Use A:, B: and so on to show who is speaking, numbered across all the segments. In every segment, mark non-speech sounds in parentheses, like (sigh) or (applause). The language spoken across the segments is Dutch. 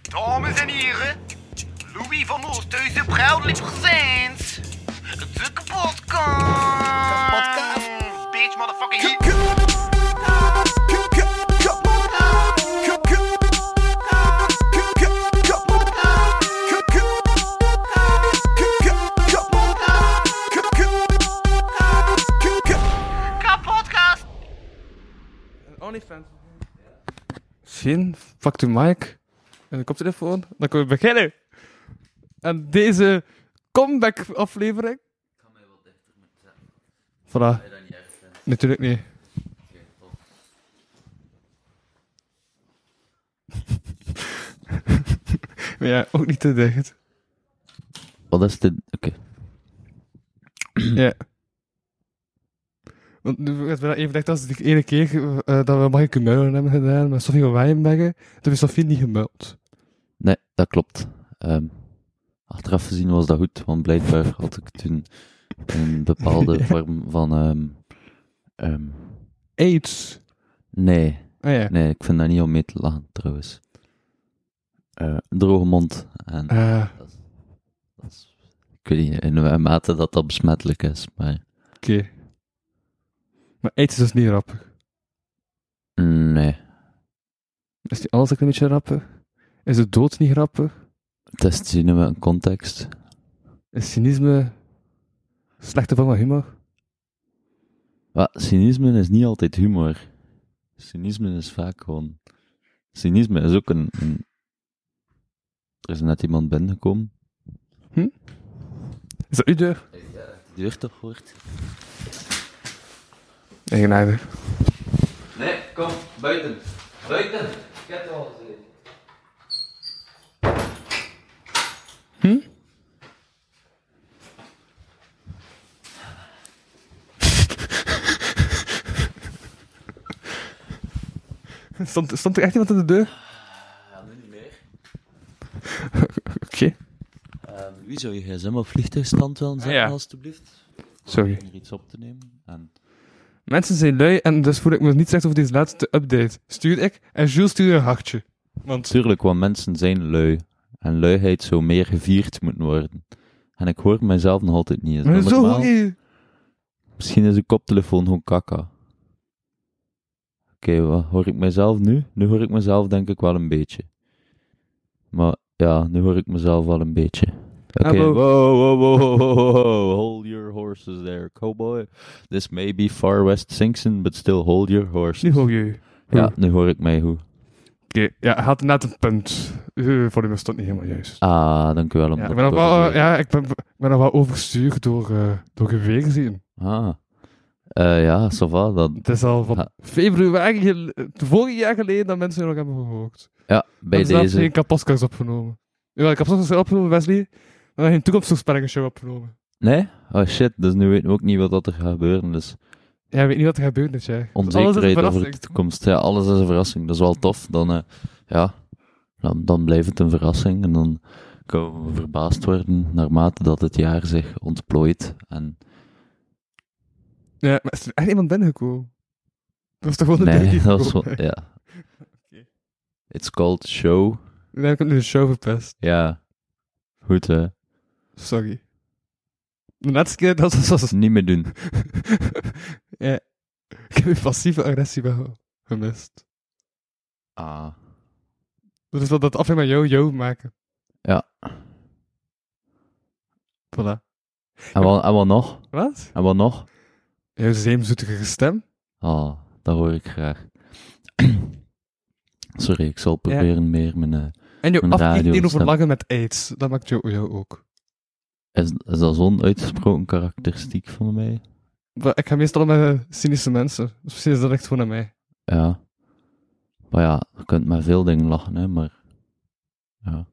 A: Dames en heren, Louis van Oosthuizen, proudly presents de kapotkast.
B: Kapotkast.
A: Bitch, motherfucking hit. Kapotkast.
C: OnlyFans. Fien, pak uw mic en de koptelefoon. Dan kunnen we beginnen. En deze comeback-aflevering. Ik kan mij wel dichter moeten zetten. Voilà. Natuurlijk niet. maar (laughs) ja, ook niet te dicht.
D: Wat is dit? Oké.
C: Ja. Want nu werd wel even dacht als de ene keer eh, dat we Michael Muilen hebben gedaan met Sofie van Wijnbergen, toen heeft Sofie niet gemuild.
D: Nee, dat klopt. Ehm, achteraf gezien was dat goed, want blijkbaar had ik toen een bepaalde vorm van. ehm, ehm,
C: AIDS.
D: nee,
C: Ah ja.
D: nee, ik vind dat niet om mee te lachen trouwens. Eh, een droge mond. En
C: Ah,
D: dat is- ik weet niet in welke mate dat dat besmettelijk is, maar.
C: oké. Maar AIDS is dus niet grappig.
D: Nee,
C: Is die alles ook een beetje grappig? Is de dood niet grappig?
D: het is te zien in een context.
C: Is cynisme een slechte vorm van humor?
D: Maar cynisme is niet altijd humor. Cynisme is vaak gewoon. Cynisme is ook een. een- Er is net iemand binnengekomen.
C: Is dat uw deur?
D: De deur toch hoort?
C: Eigenaardig.
D: Nee, kom, buiten. Buiten! Ik heb het al gezien.
C: Hm? (laughs) Stond, stond er echt iemand aan de deur?
D: Ja, Ah, nu niet meer. (laughs)
C: Oké,
D: Ehm, wie zou je gsm op vliegtuigstand willen zetten,
C: Ah, ja.
D: alstublieft?
C: sorry.
D: Om er iets op te nemen. En...
C: Mensen zijn lui en dus voel ik me niet slecht over deze laatste update. Stuur ik en Jules stuurde een hartje. Want...
D: Tuurlijk, want mensen zijn lui. En luiheid zou meer gevierd moeten worden. En ik hoor mijzelf nog altijd niet. Is
C: Maar
D: dat
C: zo
D: normaal?
C: hoor je...
D: Misschien is uw koptelefoon gewoon kakka. Oké, wat hoor ik mezelf nu? Nu hoor ik mezelf denk ik wel een beetje. Maar ja, nu hoor ik mezelf wel een beetje. Oké,
C: Hallo.
D: wow, wow, wow, wow, wow, wow, hold your horses there, cowboy. This may be far west Sinkston, but still hold your horses.
C: Nu hoor je...
D: Ja, nu hoor ik mij hoe.
C: Oké, ja, hij had net een punt. Uh, volume stond niet helemaal juist.
D: Ah, dankjewel om
C: Ja,
D: dat
C: ik ben nog
D: te
C: wel, eh,
D: horen.
C: ja, ik ben, ik ben nog wel overstuurd door, eh door geweerzien.
D: Ah. Eh, ja, ça va, dat...
C: Het is al van
D: Ah.
C: februari, gel- het vorige jaar geleden, dat mensen nog hebben gehoord.
D: Ja, bij
C: Ik heb zelfs
D: deze...
C: geen kapotkast opgenomen. Ja, ik heb zelfs geen opgenomen, Wesley. Maar geen toekomstvoorspellingen show opgenomen.
D: Nee? Oh shit, dus nu weten we ook niet wat dat er gaat gebeuren, dus...
C: Ja, ik weet niet wat er gaat gebeuren dit jaar. Dus alles is een
D: onzekerheid over
C: verrassing.
D: de toekomst. Ja, alles is een verrassing. Dat is wel tof. Dan, eh, ja, dan, dan blijft het een verrassing. En dan kunnen we verbaasd worden naarmate dat het jaar zich ontplooit. En
C: Ja, maar is er echt iemand binnengekomen? (laughs) Dat was toch gewoon een
D: nee,
C: deur
D: (laughs) dat is
C: gekomen? (laughs)
D: wel- ja. It's called show.
C: Nee, ik heb nu de show verpest.
D: Ja. Goed, hè.
C: Sorry. De laatste keer, dat was... (laughs) was-
D: Niet meer doen.
C: ja. Ik heb je passieve agressie wel gemist.
D: Ah.
C: Dat is wel dat aflevering met yo-yo maken.
D: Ja.
C: Voilà.
D: En wat, en wat nog?
C: Wat?
D: En wat nog?
C: Jouw zeemzoetige stem?
D: Ah, dat hoor ik graag. (clears throat) Sorry, ik zal
C: Ja.
D: proberen meer mijn... eh,
C: En jouw
D: Mijn
C: afkeer
D: radiostem.
C: over lange met aids. Dat maakt jou, jou ook.
D: is, is dat zo'n uitgesproken karakteristiek van mij?
C: Maar ik ga meestal met eh, cynische mensen. Dus misschien is dat echt gewoon aan mij.
D: Ja. Maar ja, je kunt met veel dingen lachen, hè, maar...
C: (laughs)
D: Ja.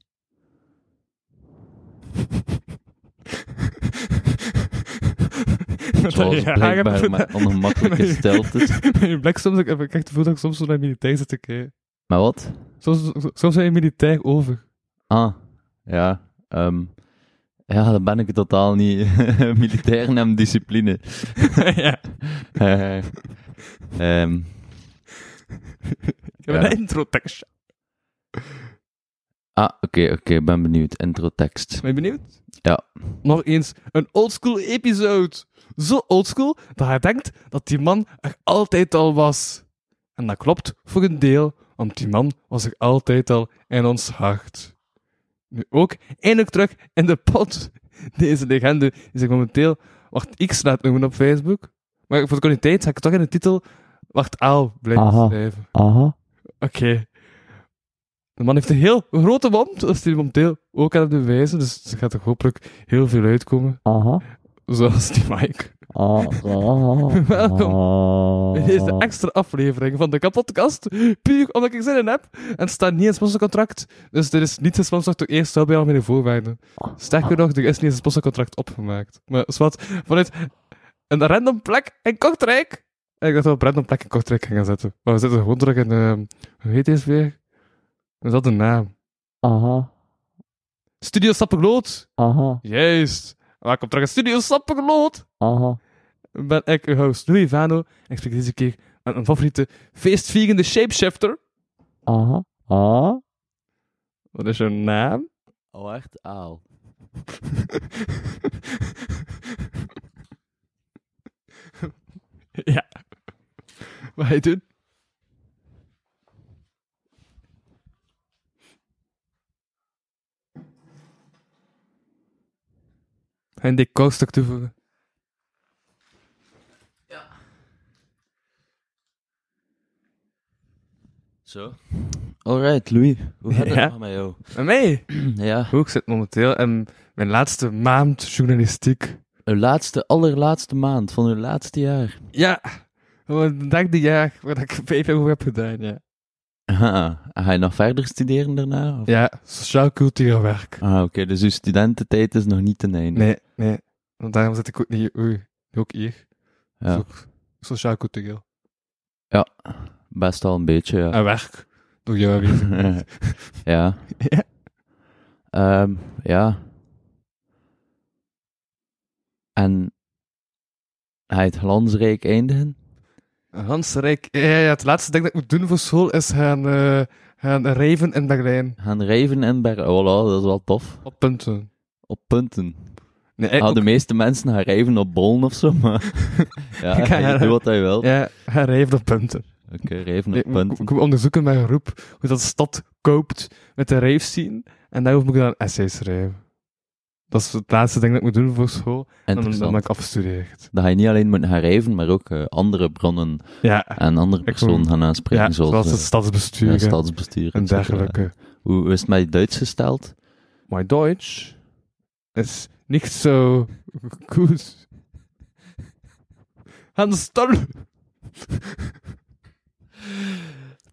C: Dat
D: Zoals
C: je haar
D: blijkbaar
C: hebt- (laughs)
D: met ongemakkelijke
C: Nee.
D: stiltes.
C: Met je blik soms, ik heb ik echt het gevoel dat ik soms zo naar militair zit te kijken.
D: Maar wat?
C: Soms, soms zijn je militair over.
D: Ah, ja. ehm, ja, dan ben ik totaal niet. (laughs) Militairen hebben discipline.
C: (laughs) ja.
D: (laughs) Eh, ehm,
C: Ik heb
D: Ja.
C: een intro tekst.
D: Ah, oké, oké, ik ben benieuwd. Intro-tekst.
C: Ben je benieuwd?
D: Ja.
C: Nog eens een oldschool episode. Zo oldschool dat hij denkt dat die man er altijd al was. En dat klopt voor een deel, want die man was er altijd al in ons hart. Nu ook eindelijk terug in de pot. Deze legende is er momenteel. Wacht, ik slaat noemen op Facebook. Maar voor de kwaliteit ga ik toch in de titel. Wacht, Aal blijven
D: Aha.
C: schrijven.
D: Aha.
C: Oké. De man heeft een heel grote mond, dat is hij momenteel ook aan het bewijzen. Dus er gaat er hopelijk heel veel uitkomen,
D: Aha.
C: zoals die Mike. Welkom.
D: Oh.
C: Dit is de extra aflevering van de kapotkast, puur omdat ik zin in heb. En het staat niet in het sponsorcontract, dus er is niet gesponsord door eerst wel bij al mijn voorwaarden. Sterker nog, er is niet eens een sponsorcontract opgemaakt. Maar zwart, vanuit een random plek in Kortrijk... Ik dacht dat we op random plek in Kortrijk gaan zetten. Maar we zitten gewoon terug in... ehm, hoe heet deze weer? Dat is dat een naam?
D: Aha.
C: Studio Sapperloot.
D: Aha.
C: Juist. Welkom terug in Studio Sapperloot.
D: Aha.
C: Ben ik uw host Louis Vano en ik spreek deze keer met een favoriete feestvierende shapeshifter.
D: Aha. Aha.
C: Wat is jouw naam?
D: Wacht, aal.
C: ja. Wat hij doet? Ga je een dik koudstuk toevoegen?
D: Zo. Alright, Louis. Hoe gaat
C: Ja?
D: het nog met jou? (clears throat)
C: En mij?
D: ja.
C: Hoe ik zit momenteel in mijn laatste maand journalistiek.
D: Uw laatste, allerlaatste maand van uw laatste jaar. (laughs)
C: Ja, want dat die jaar waar ik (laughs) vijf jaar over heb gedaan, ja.
D: Aha. Ga je nog verder studeren daarna? Of?
C: Ja, sociaal cultureel werk.
D: Ah, oké. dus uw studententijd is nog niet ten einde.
C: Nee, nee. Want daarom zit ik ook niet hier. Oei, ook hier.
D: Ja.
C: Zo- Sociaal cultureel.
D: Ja, best al een beetje, ja.
C: En werk. Door jou aanwezig.
D: (laughs) ja.
C: Ah, Ja.
D: Ehm, ja. En hij het glansrijk eindigen?
C: Hans Rijk. Ja, ja, ja, het laatste ding dat ik moet doen voor school is gaan, eh gaan rijven in Berlijn.
D: Gaan rijven en bergen. Voilà, dat is wel tof.
C: Op punten.
D: Op punten.
C: Nee, ik
D: Ah, de
C: ook-
D: meeste mensen gaan rijven op bollen of zo,
C: (laughs)
D: maar... ja,
C: Ja, ja.
D: doe wat hij wil.
C: Ja, gaan rijven op punten.
D: Oké, rijven
C: Nee,
D: op
C: ik, moet-
D: punten.
C: ik moet onderzoeken met een groep hoe dat de stad koopt met de rijfscene. En daarover moet ik dan essays schrijven. Dat is het laatste ding dat ik moet doen voor school. En dan, dan ben
D: Interessant.
C: ik afgestudeerd.
D: Dat hij niet alleen moet gaan rijven, maar ook eh, andere bronnen
C: Ja,
D: en andere
C: moet-
D: personen gaan aanspreken,
C: ja
D: zoals, eh,
C: zoals het
D: het
C: stadsbestuur en-
D: stadsbestuur.
C: en
D: et cetera.
C: dergelijke.
D: Hoe hoe is het met je Duits gesteld?
C: Maar Duits is niet zo goed. Hans Toll.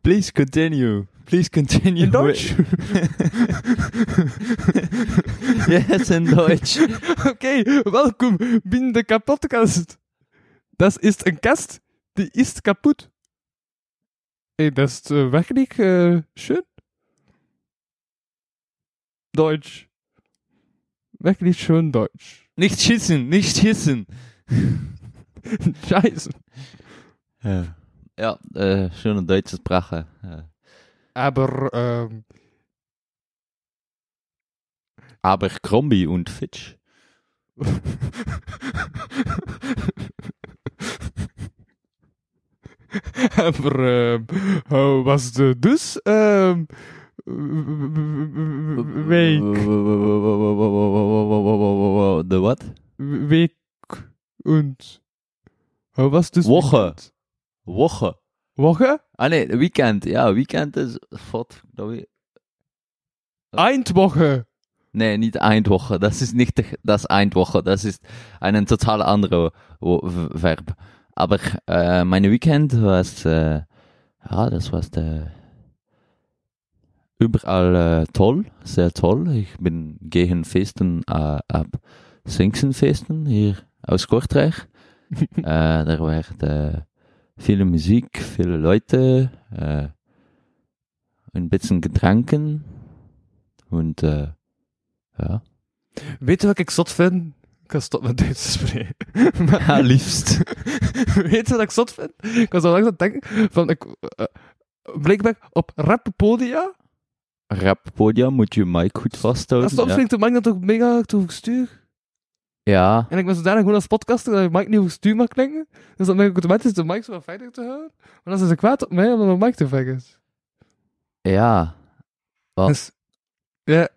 D: Please continue. Please continue.
C: In Duits?
D: yes, in Duits.
C: Oké, welkom binnen de kapotkast. Dat is een kast, die is kapot. Hey, dat is eh, wirklich eh, schön. Deutsch. Wirklich schön Deutsch. (laughs)
D: Nicht schießen, nicht schießen.
C: Scheiße.
D: Ja, ja eh, schöne Duitse Sprache. Ja.
C: Aber, ähm,
D: Aber Crombie und Fitch.
C: (laughs) Maar ehm, hoe was de dus ehm week,
D: De wat?
C: week en hoe was dus
D: Woche.
C: weekend?
D: Woche.
C: Woche?
D: Ah nee, weekend. Ja, weekend is... God, dat weet-
C: Eindwoche.
D: Nee, nicht Eindwoche. Das ist nicht das Eindwoche. Das ist ein total anderes Wo- V- Verb. Aber äh, mein Weekend war äh, ja, das war äh, überall äh, toll, sehr toll. Ich bin gegen Festen äh, ab Singsenfesten hier aus Kortrijk. äh, da war äh, viele Musik, viele Leute, äh, ein bisschen Getränken und äh, ja.
C: Weet je wat ik zot vind? Ik ga stop met Duits te spreken. Maar-
D: (laughs) Ja, liefst.
C: (laughs) Weet je wat ik zot vind? eh, Ik was al langs aan het denken van, ik, eh, blijkbaar op rappodia
D: rap podium moet je mic goed
C: Dat
D: vasthouden.
C: soms
D: ja.
C: vind ik de mic dat ook mega te hoog stuur.
D: ja,
C: En ik ben zodanig gewoon als podcaster dat je mic niet hoog stuur mag klinken. Dus dan ben ik automatisch de mic zo wat verder te houden. Maar dan zijn ze kwaad op mij omdat mijn mic te ver is.
D: ja. Wat?
C: Dus, ja, dat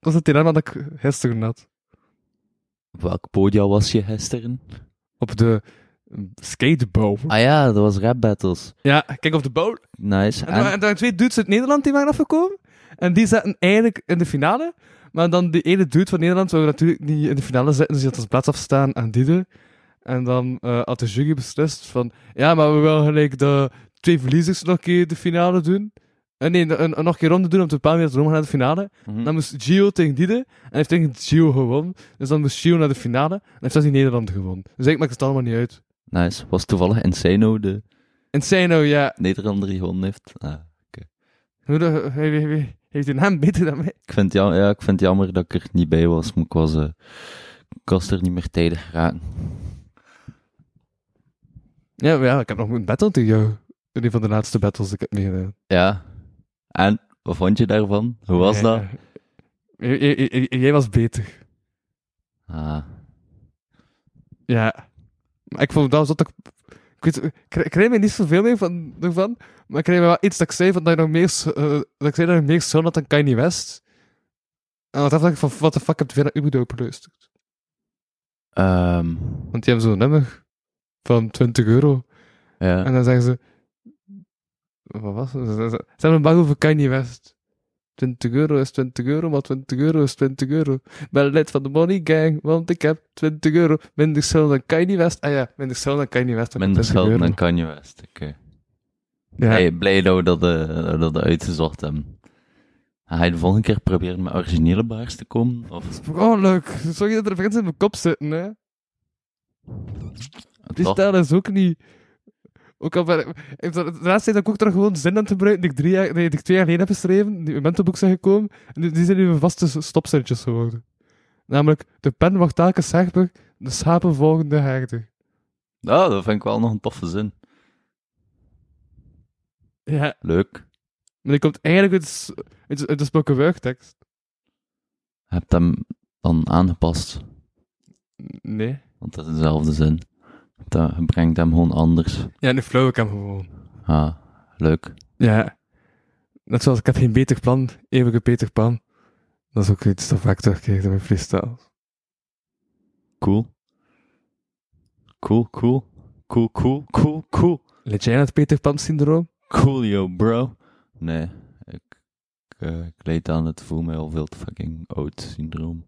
C: was het dilemma dat ik gisteren had.
D: Op Welk podium was je gisteren?
C: Op de mm, skatebowl.
D: Ah ja, dat was rap battles.
C: Ja, kijk op de bowl.
D: Nice.
C: En er waren-
D: En,
C: er waren twee dudes uit Nederland die waren afgekomen. En die zaten eigenlijk in de finale. Maar dan die ene dude van Nederland zou natuurlijk niet in de finale zitten. Dus die had als plaats afstaan aan Diede. En dan eh, had de jury beslist van... Ja, maar we willen gelijk de twee verliezers nog een keer de finale doen. Eh, nee, een- een- nog een keer ronde doen om te bepalen wie dat rond gaat naar de finale.
D: Mhm.
C: Dan moest Gio tegen Diede. En hij heeft tegen Gio gewonnen. Dus dan moest Gio naar de finale. En heeft zelfs in Nederland gewonnen. Dus eigenlijk maakt het allemaal niet uit.
D: nice. Was toevallig Insano de
C: En Seino, ja...
D: Nederlander die gewonnen heeft. Ah,
C: Hoe de- hij- hij- hij- Heeft hij naam beter dan mij?
D: ik, vind het jam- ja, ik vind het jammer dat ik er niet bij was, maar ik was, eh, ik was er niet meer tijdig geraakt.
C: Ja, maar ja, ik heb nog een battle tegen jou. Een van de laatste battles die ik heb meegedaan.
D: Ja. En, wat vond je daarvan? Hoe was dat?
C: Ja. J- j- j- Jij was beter.
D: Ah,
C: Ja. Maar ik vond dat was dat ik... Ik, weet, ik krijg- ik krijg me niet zoveel mee van, ervan, maar ik krijg me wel iets dat ik zei van dat je nog meer, zo- eh, dat ik zei dat je meer zoon had dan Kanye West. En wat dacht ik van, what the fuck, heb je naar Ubudo geluisterd?
D: ehm,
C: Want die hebben zo'n nummer van 20 euro.
D: ja.
C: En dan zeggen ze... Wat was het? Ze ze- ze hebben bang over Kanye West. 20 euro is 20 euro, maar 20 euro is 20 euro. Ik ben lid van de Money Gang, want ik heb 20 euro. Minder cel dan Kanye West. Ah ja, minder cel dan Kanye West. dan
D: Minder
C: 20
D: geld
C: euro.
D: dan Kanye West. eh, Oké.
C: Ja.
D: Hey, blij dat we dat, eh, dat we uitgezocht hebben. Ga je de volgende keer proberen met originele bars te komen? Of
C: Oh, leuk. Sorry dat er mensen in mijn kop zitten, hè. Die
D: toch?
C: stijl is ook niet... Ook al ben ik... ik- De laatste tijd heb ik ook terug gewoon zin aan te gebruiken die ik, drie jaar, nee, die ik twee jaar geleden heb geschreven, die in mijn boek zijn gekomen. En die, die zijn nu mijn vaste stopzinnetjes geworden. Namelijk, de pen wordt telkens zegber, de schapen volgen de herder.
D: Nou, dat vind ik wel nog een toffe zin.
C: Ja.
D: Leuk.
C: Maar die komt eigenlijk uit, de s- uit, de- uit de spoken word tekst.
D: Heb hem dan aangepast,
C: Nee.
D: want dat is dezelfde zin. Dat je brengt hem gewoon anders.
C: Ja, nu flow ik hem gewoon.
D: Ah, leuk.
C: Ja. Net zoals ik heb geen beter plan, eeuwige beter plan. Dat is ook iets dat vaak terugkeert in mijn freestyle.
D: Cool. Cool, cool. Cool, cool, cool, cool.
C: Let jij aan het Peter Pan syndroom? (laughs)
D: Cool, yo, bro. Nee, ik, ik, eh, ik leed aan het voel mij al veel te fucking oud syndroom.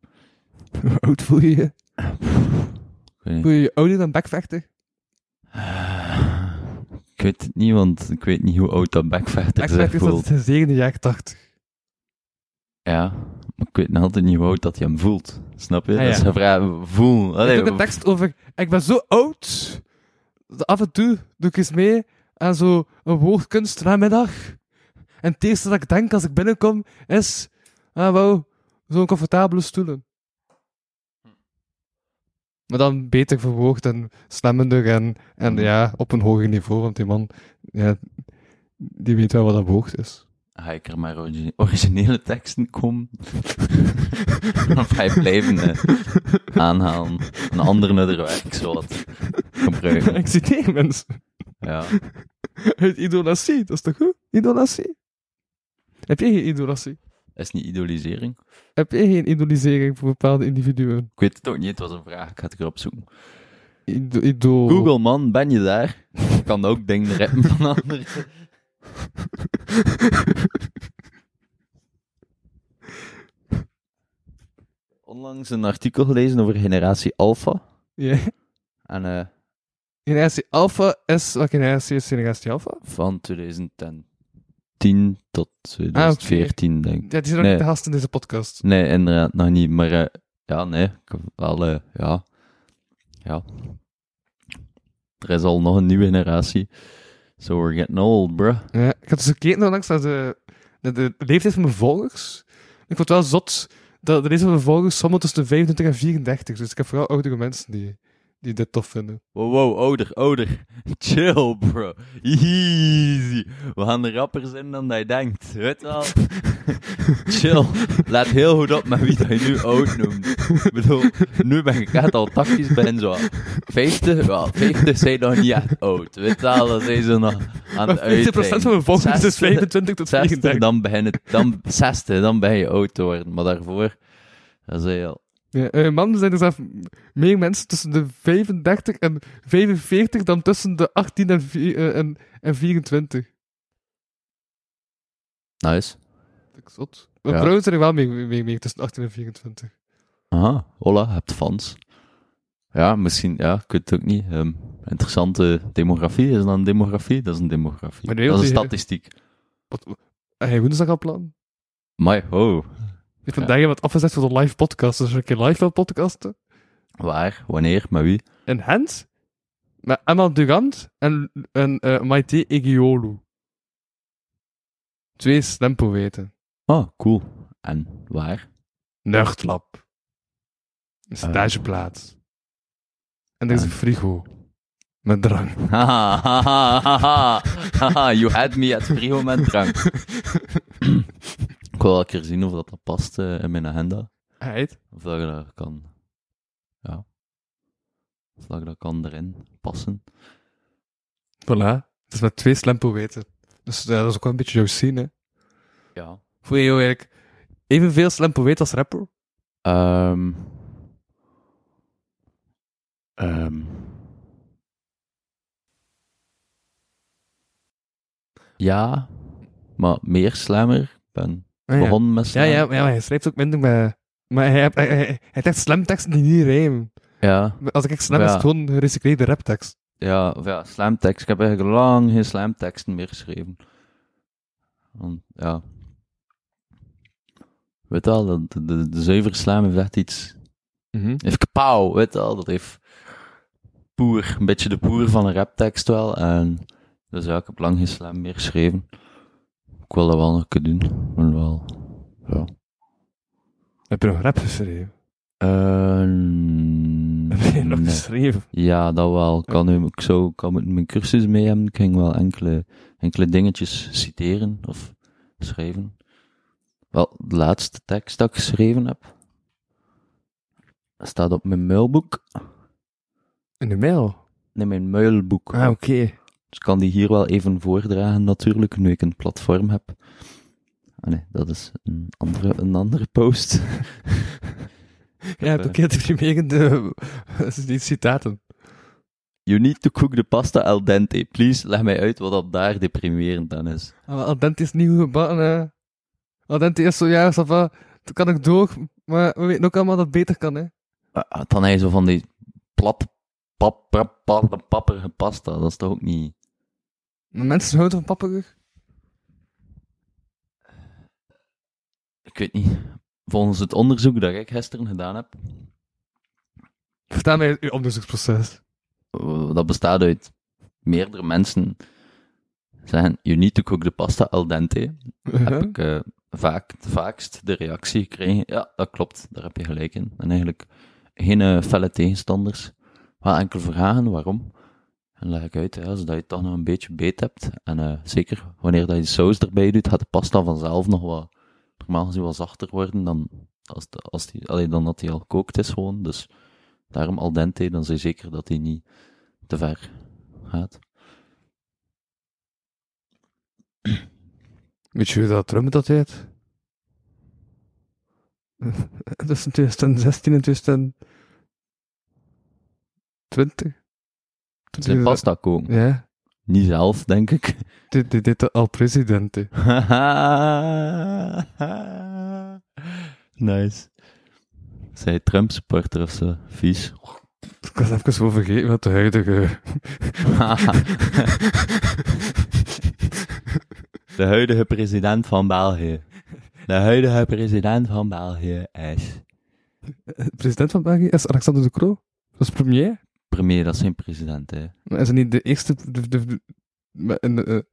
C: Hoe oud voel je je?
D: Ik weet niet.
C: Voel je je ouder Hm. dan backvechter?
D: Eh, Ik weet het niet, want ik weet niet hoe oud dat backfighter zich
C: Backvechter is
D: voelt.
C: dat het zevende jaar 80.
D: Ja, maar ik weet nog altijd niet hoe oud dat hij hem voelt. Snap je?
C: Ah,
D: Dat is
C: ja.
D: een vraag. Voel.
C: Ik
D: Allee,
C: heb ook een tekst over, ik ben zo oud, dat af en toe doe ik eens mee aan zo'n woordkunst namiddag. En het eerste dat ik denk als ik binnenkom is, ah wauw, zo'n comfortabele stoelen. Maar dan beter verwoord en slemmender en, en ja, op een hoger niveau, want die man, ja, die weet wel wat een woord is.
D: Ga ik er maar origi- originele teksten komen? of ga je blijven eh, aanhalen? Een andere nuttig werk, zodat gebruiken.
C: (laughs) ik zie tegen mensen.
D: Ja.
C: Uit idolatie, dat is toch goed? Idolatie. Heb jij geen idolatie?
D: Is niet idolisering?
C: Heb jij geen idolisering voor bepaalde individuen?
D: Ik weet het ook niet, het was een vraag. Ik ga het erop zoeken.
C: Ido, ido-
D: Google, man, ben je daar? Ik kan ook dingen rappen van anderen.
C: (laughs)
D: Onlangs een artikel gelezen over generatie Alpha.
C: Ja.
D: En eh,
C: Generatie Alpha is... Welke generatie is generatie Alpha?
D: van 2010 tot 2014, denk ik.
C: Ja, die zijn nog
D: Nee.
C: niet de gast in deze podcast.
D: Nee, inderdaad, nog niet. Maar eh, ja, nee, ik heb wel, eh, ja. Ja. Er is al nog een nieuwe generatie. So we're getting old, bruh.
C: Ja, ik had dus gekeken nou langs naar de, naar de leeftijd van mijn volgers. Ik vond het wel zot dat de leeftijd van mijn volgers sommigen tussen de 25 en 34. Dus ik heb vooral oudere mensen die, die dit tof vinden. (laughs)
D: Wow, wow, ouder, ouder. (laughs) Chill, bro. Easy. We gaan er rapper zijn dan dat je denkt.
C: (laughs)
D: Weet wel? Chill. Let heel goed op met wie dat je nu oud noemt. Ik bedoel, nu ben ik echt al tactisch ben zo. 50? Wel, 50 zijn nog niet echt oud. Weet wel, dat zijn ze nog aan
C: Maar 50%
D: het uitdelen.
C: van mijn volgers is
D: 60,
C: 25 tot
D: 60,
C: 34.
D: dan ben, je, dan, 60, dan ben je oud te worden. Maar daarvoor, dat is heel...
C: Ja, eh, mannen zijn er zelf meer mensen tussen de 35 en 45 dan tussen de 18 en, vi- eh, en, en 24.
D: Nice.
C: Dat is zot. Maar
D: Ja.
C: vrouwen zijn er wel meer, meer, meer tussen 18 en 24.
D: Aha, hola, hebt fans. Ja, misschien, ja, ik weet het ook niet. Ehm, interessante demografie. Is dat een demografie? Dat is een demografie.
C: Maar de
D: dat is een
C: wereld-
D: statistiek.
C: Wat, heb je woensdag al plan?
D: Maar oh, ho,
C: Je hebt vandaag iemand afgezet voor de live podcast. Dus een keer live wil podcasten.
D: waar, wanneer, met wie?
C: In Hens, met Emma Durant en, en eh, Maite Egiolu. Twee stempoëten.
D: Oh, cool. En waar? (laughs)
C: Nuchtlab. Een
D: Ah.
C: stageplaats. En er is
D: Ah.
C: een frigo. Met drank.
D: Haha, haha, haha, (laughs) haha, you had me at Frigo met
C: (laughs)
D: drank. ik wil wel een keer zien of dat, dat past eh, in mijn agenda.
C: Heid.
D: Of dat ik daar kan... Ja. Of dat ik dat kan erin passen.
C: Voilà. Het is met twee stempoëten. Dus eh, dat is ook wel een beetje jouw scene, hè.
D: Ja.
C: Voel je jou eigenlijk evenveel stempoëet als rapper?
D: Ehm Ehm. ja, maar meer slammer. Ik ben
C: Ah, ja.
D: begonnen met
C: Ja,
D: slammer.
C: ja, ja, maar hij schrijft ook minder met... Maar hij, hebt- hij, hij, hij heeft echt slamteksten die niet rijmen.
D: Ja,
C: Als ik echt slam, is
D: Ja.
C: het gewoon gerecycleerde raptekst.
D: ja, of ja, slamtekst. Ik heb eigenlijk lang geen slamteksten meer geschreven. Want, ja. Weet al, de, de, de zuiver slam heeft echt iets Heeft kapauw, weet al. Dat heeft poer, een beetje de poer van een raptekst wel. En dus ja, ik heb lang geen slam meer geschreven. Ik wil dat wel nog kunnen doen. Ik wil wel. Ja.
C: Heb je nog rap geschreven? (laughs)
D: Eh,
C: Heb je nog
D: nee.
C: geschreven?
D: Ja, dat wel. Ik kan, nu, ik zou, ik kan met mijn cursus mee hebben. Ik ging wel enkele, enkele dingetjes citeren of schrijven. Wel, de laatste tekst dat ik geschreven heb, staat op mijn muilboek.
C: In de mail?
D: Nee, mijn muilboek.
C: Ah, oké.
D: Dus ik kan die hier wel even voordragen natuurlijk, nu ik een platform heb. Ah nee, dat is een andere, een andere post. Eh,
C: Ja, je hebt ook heel deprimerende (laughs) eh, die citaten.
D: You need to cook the pasta al dente. Please, leg mij uit wat dat daar deprimerend aan is.
C: Ah, maar Al dente is niet goed gebakken, hè. Al dente is zo, ja, ça va, dat kan ik door, maar we weten ook allemaal dat het beter kan, hè.
D: Ah, ah, Dan hij zo van die plat, pap, pap, pap- papperige pasta. Dat is toch ook niet...
C: Maar mensen houden van papperug.
D: Ik weet niet. Volgens het onderzoek dat ik gisteren gedaan heb,
C: Vertel mij uw onderzoeksproces.
D: eh, dat bestaat uit meerdere mensen zeggen, you need to cook the pasta al dente. heb ik eh, vaak, het vaakst de reactie gekregen. Ja, dat klopt, daar heb je gelijk in. En eigenlijk geen eh, felle tegenstanders, maar enkel vragen waarom. En leg ik uit, ja, zodat je het toch nog een beetje beet hebt. En eh, zeker wanneer dat je saus erbij doet, gaat de pasta vanzelf nog wat, normaal gezien wat zachter worden dan, als de, als die, allee, dan dat die al gekookt is gewoon. Dus daarom al dente, dan zijn zeker dat die niet te ver gaat.
C: Weet je hoe dat Trump dat (laughs) heet? Tussen 2016 en 2020.
D: Het is pasta koken.
C: Ja,
D: Niet zelf, denk ik.
C: die die deed dat al president. hè. (laughs)
D: nice. Zij Trump supporter of zo?
C: (laughs)
D: Vies.
C: Ik was even gewoon vergeten wat de huidige...
D: De huidige president van België. De huidige president van België is.
C: De Eh, president van België is Alexander De Croo. Dat is premier.
D: Premier, dat is geen president, hè?
C: Maar is hij niet de eerste... De, de, de, maar in de, eh, de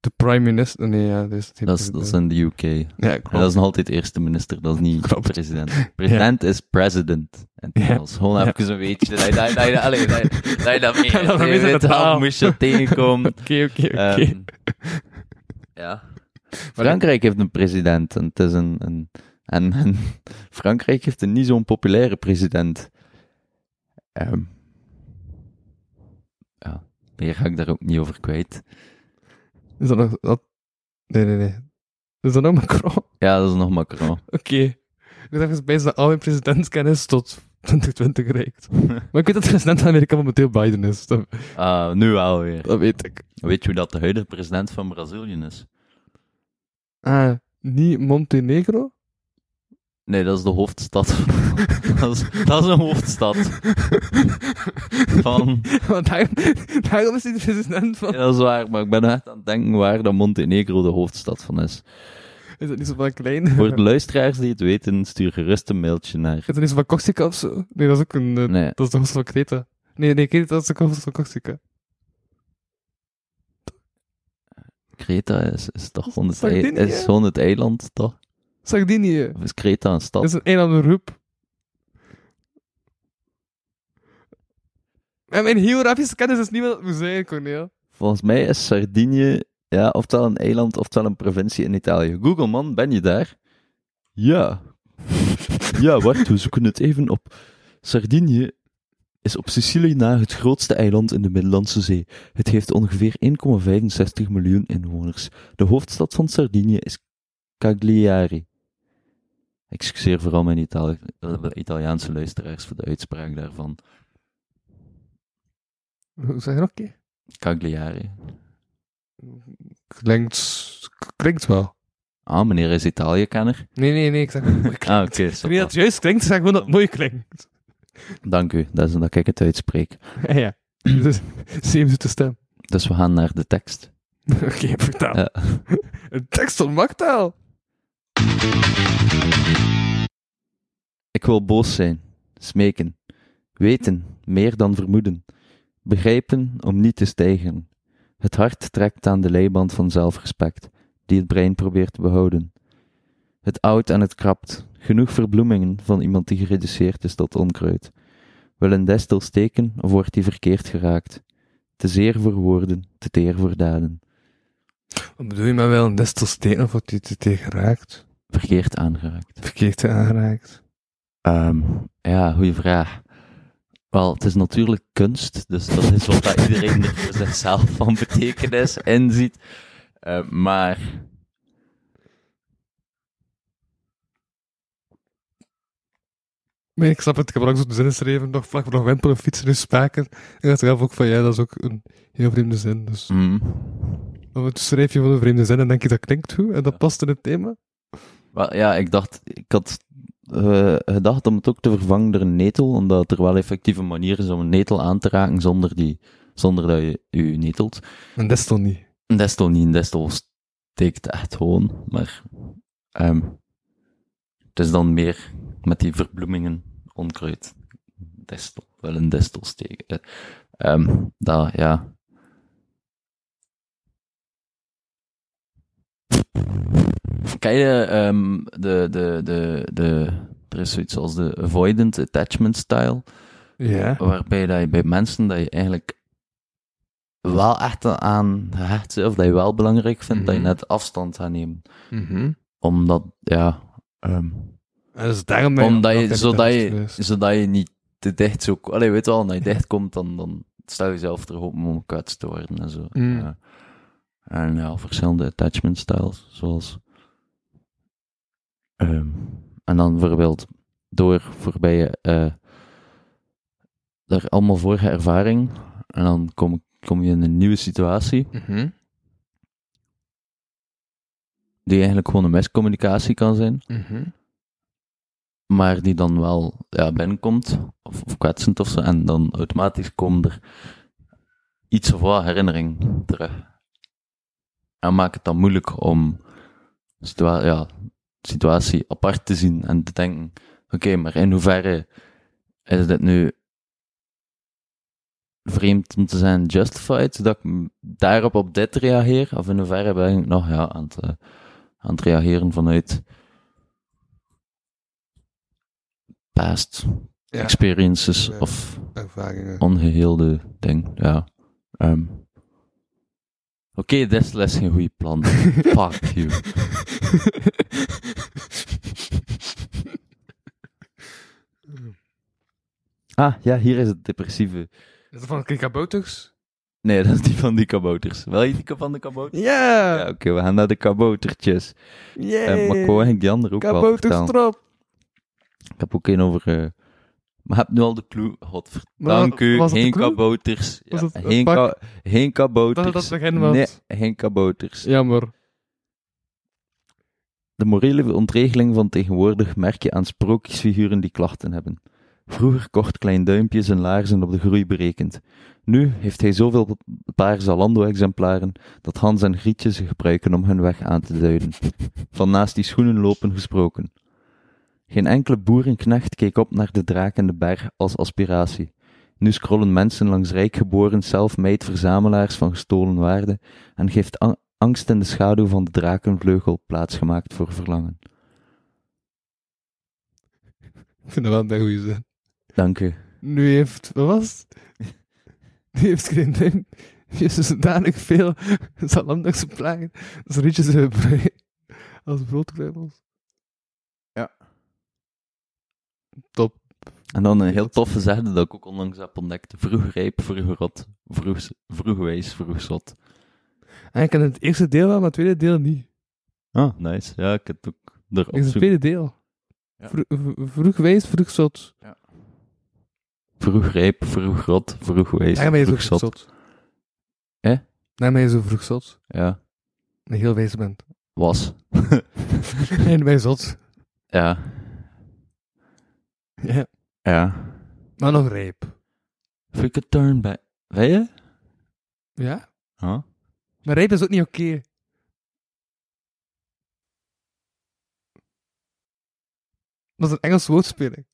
C: de prime minister. Nee, ja, dat is het.
D: Dat is, dat is in de UK.
C: Ja,
D: En dat is
C: klopt.
D: nog altijd eerste minister, dat is niet
C: Klopt.
D: president. President is president. En
C: Ja.
D: dat is gewoon
C: Ja.
D: even een beetje dat je dat- dat je dat- allee, dat je-
C: (laughs)
D: dat je dat mee-
C: Dat je dat
D: dat
C: mee
D: je
C: zit
D: dit
C: te
D: taal
C: taal.
D: moest
C: (laughs)
D: je tegenkomen.
C: Oké, oké, oké.
D: Ehm, ja. Frankrijk heeft een president en het is een... een en (laughs) men- Frankrijk heeft een niet zo'n populaire president. Ehm, ja, meer ga ik daar ook niet over kwijt.
C: Is dat nog... Dat... Nee, nee, nee. Is dat nou Macron? (laughs) Oké.
D: Ja, dat is nog Macron.
C: Ik dacht even bij dat al mijn presidentskennis tot 2020
D: (laughs)
C: reikt. Maar ik weet dat de president van Amerika momenteel Biden is. Dat,
D: Ah, nu wel weer.
C: dat weet ik.
D: Weet je hoe dat de huidige president van Brazilië is?
C: Ah, niet Montenegro?
D: Nee, dat is de hoofdstad. (laughs) dat, is, dat is een
C: (laughs)
D: hoofdstad. Van,
C: Want daar, daarom is hij de president
D: ja,
C: van...
D: dat is waar, maar ik ben echt aan het denken waar dat Montenegro de hoofdstad van is.
C: Is dat niet zo van klein?
D: Voor de luisteraars die het weten, stuur gerust een mailtje (laughs) naar.
C: Is dat niet zo van Corsica of zo? Nee, dat is ook een... eh,
D: Nee,
C: Dat is de hoofdstad van Creta. Nee, nee, Creta is de hoofdstad van Corsica.
D: Creta is, is toch gewoon het, ei-
C: Sardinië?
D: is gewoon het eiland, toch?
C: Sardinië.
D: Of is Creta een
C: Dat is
D: stad?
C: een een andere roep. En mijn geografische kennis is niet wat het moet zijn, Corneel.
D: Volgens mij is Sardinië, ja, oftewel een eiland, oftewel een provincie in Italië. Google, man, ben je daar? Ja. (laughs) Ja, wacht, we zoeken het even op. Sardinië is op Sicilië na het grootste eiland in de Middellandse Zee. Het heeft ongeveer 1,65 miljoen inwoners. De hoofdstad van Sardinië is Cagliari. Excuseer vooral mijn Itali- eh, Italiaanse luisteraars voor de uitspraak daarvan.
C: Hoe zeg je nog een
D: Cagliari.
C: keer? Klinkt, klinkt wel.
D: Ah, meneer is Italië-kenner.
C: Nee, nee, nee, ik (laughs) zeg mooi klinkt.
D: Ah, oké.
C: Ik weet
D: stop
C: niet dat het juist klinkt, ik zeg gewoon dat het mooi klinkt.
D: Dank u, dat is omdat ik het uitspreek.
C: Ja, (laughs) ja. Dus, zeven zoete stem. (laughs)
D: Dus we gaan naar de tekst.
C: Oké, vertel.
D: Ja.
C: (laughs) Een tekst van Magdaal.
D: Ik wil boos zijn, smeken, weten, meer dan vermoeden, begrijpen om niet te stijgen. Het hart trekt aan de leiband van zelfrespect, die het brein probeert te behouden. Het oud en het krapt, genoeg verbloemingen van iemand die gereduceerd is tot onkruid. Wil een destel steken of wordt die verkeerd geraakt? Te zeer voor woorden, te teer voor daden.
C: Wat bedoel je met wel een destelstenen of wat je te tegen raakt?
D: Verkeerd aangeraakt.
C: Verkeerd aangeraakt.
D: Ehm, ja, goede vraag. Wel, het is natuurlijk kunst, dus dat is wat dat iedereen er voor zichzelf van betekenis in ziet. Eh, maar.
C: Nee, ik snap het. Ik heb er ook zo'n zin geschreven. Nog vlak voor nog wimpelen, fietsen, nu spaken. Ik dacht zelf ook van, ja, dat is ook een heel vreemde zin. Dus
D: mm,
C: dan schrijf je van een vreemde zin en denk je, dat klinkt goed. En dat past in het thema.
D: wel, ja, ik dacht, ik had eh, gedacht om het ook te vervangen door een netel, omdat er wel effectieve manier is om een netel aan te raken zonder, die, zonder dat je je netelt.
C: En dat is toch niet.
D: Destel niet, Destel steekt echt gewoon, maar ehm, het is dan meer met die verbloemingen onkruid. Destel, wel een Destel steken. Eh, ehm, dat, ja. Ken je ehm, de, de, de, de, er is zoiets als de avoidant attachment style?
C: Ja.
D: waarbij dat je bij mensen dat je eigenlijk wel echt aan gehecht bent, of dat je wel belangrijk vindt, dat je
C: Mhm.
D: net afstand gaat nemen. Mhm. Omdat, ja, ehm,
C: En dus daarom ben
D: omdat
C: ook
D: je,
C: in
D: zodat,
C: thuis
D: je,
C: geweest.
D: zodat je niet te dicht zo... Allee, weet wel, als je dicht komt, dan, dan stel jezelf terug op om kwets te worden en zo.
C: Mm.
D: Ja. en ja, verschillende attachment styles, zoals... ehm, en dan bijvoorbeeld door voorbij je... eh, daar allemaal vorige ervaring, en dan kom, kom je in een nieuwe situatie
C: Mhm.
D: die eigenlijk gewoon een miscommunicatie kan zijn,
C: Mhm.
D: maar die dan wel ja, binnenkomt, of, of kwetsend of zo, en dan automatisch komt er iets of wat herinnering terug. En maakt het dan moeilijk om situa ja, situatie apart te zien en te denken, oké, maar in hoeverre is dit nu vreemd om te zijn justified, zodat ik m- daarop op dit reageer, of in hoeverre ben ik nog ja, aan, het, eh, aan het reageren vanuit past
C: Ja.
D: experiences
C: Ja.
D: of
C: Ervaringen.
D: ongeheelde ding, ja. Ehm. Oké, dit is les geen goede
C: (laughs)
D: plan. Fuck you. Ah, ja, hier is het depressieve.
C: Is dat van Kika kabouters?
D: Nee, (laughs) dat is die van die kabouters. Wel die van de kabouters? Ja,
C: Ja!
D: oké, we gaan naar de kaboutertjes. Eh, maar ik wou eigenlijk die andere ook wel vertellen.
C: Kabouterstrop!
D: Ik heb ook één over... eh, Maar heb nu al de clue. Godverdank
C: Maar was
D: u.
C: dat de
D: Geen
C: clue?
D: kabouters. Ja,
C: Was dat een
D: geen,
C: pak?
D: ka- geen kabouters.
C: Dat dat begin was.
D: Nee, geen kabouters.
C: Jammer.
D: De morele ontregeling van tegenwoordig merk je aan sprookjesfiguren die klachten hebben. Vroeger kocht Klein Duimpje zijn laarzen op de groei berekend. Nu heeft hij zoveel paar Zalando-exemplaren dat Hans en Grietje ze gebruiken om hun weg aan te duiden. Van naast die schoenen lopen gesproken. Geen enkele boerenknecht keek op naar de draak en de berg als aspiratie. Nu scrollen mensen langs rijkgeboren zelfmeid verzamelaars van gestolen waarde en geeft an- angst in de schaduw van de drakenvleugel plaatsgemaakt voor verlangen.
C: Ik vind dat wel een goede zin.
D: Dank u.
C: Nu heeft... Wat was het? Nu heeft geen ding. Die heeft zodanig veel salamdags plagen. Dat ze rietjes hebben als broodkruimels.
D: Ja.
C: Top.
D: En dan een heel toffe zegde dat ik ook onlangs heb ontdekt. Vroeg rijp, vroeg rot. Vroeg, vroeg wijs, vroeg zot.
C: En ik ken het eerste deel wel, maar het tweede deel niet.
D: Ah, nice. Ja, ik heb het ook erop
C: Ik is het
D: zoek-
C: tweede deel.
D: Ja.
C: Vro- v- vroeg wijs, vroeg zot.
D: Vroeg rijp, vroeg rot, vroeg wijs,
C: Daarmee is ook
D: vroeg
C: vroeg
D: zot.
C: zot.
D: Hè?
C: Daarmee is ook vroeg zot.
D: Ja,
C: Een heel wijs bent.
D: was. (laughs)
C: En wij zot.
D: ja,
C: Ja.
D: ja.
C: Maar nog rijp.
D: Fuck a turn bij... Weet je?
C: Ja?
D: Huh?
C: Maar rijp is ook niet oké. Dat is een Engels woordspeling.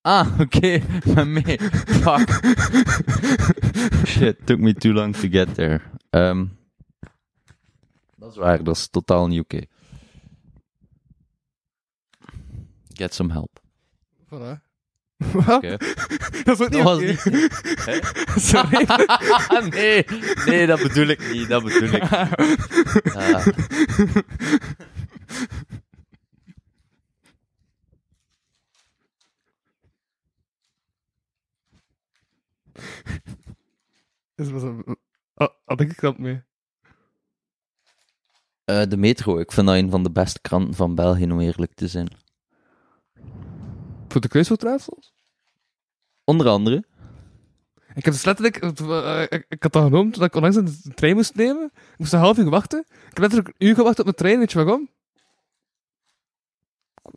D: Ah, (laughs) oké. Maar mee. Fuck. Shit, took me too long to get there. Ehm, dat is waar, dat is totaal niet oké. Get some help.
C: Voilà. Wat?
D: (laughs) Oké.
C: (laughs) Dat is ook niet
D: Dat was
C: oké.
D: (laughs) niet... Hè?
C: Sorry.
D: Ah, (laughs) nee, nee, dat bedoel ik niet, dat bedoel ik niet. Ah.
C: Dus was een... Ah, had ik een krant mee?
D: Eh, de Metro, ik vind dat een van de beste kranten van België, om eerlijk te zijn.
C: Voor de kruiswoordraadsels?
D: Onder andere,
C: Ik heb dus letterlijk, eh, ik, ik had dat genoemd dat ik onlangs een trein moest nemen. Ik moest een half uur wachten. Ik heb letterlijk een uur gewacht op mijn trein, weet je waarom?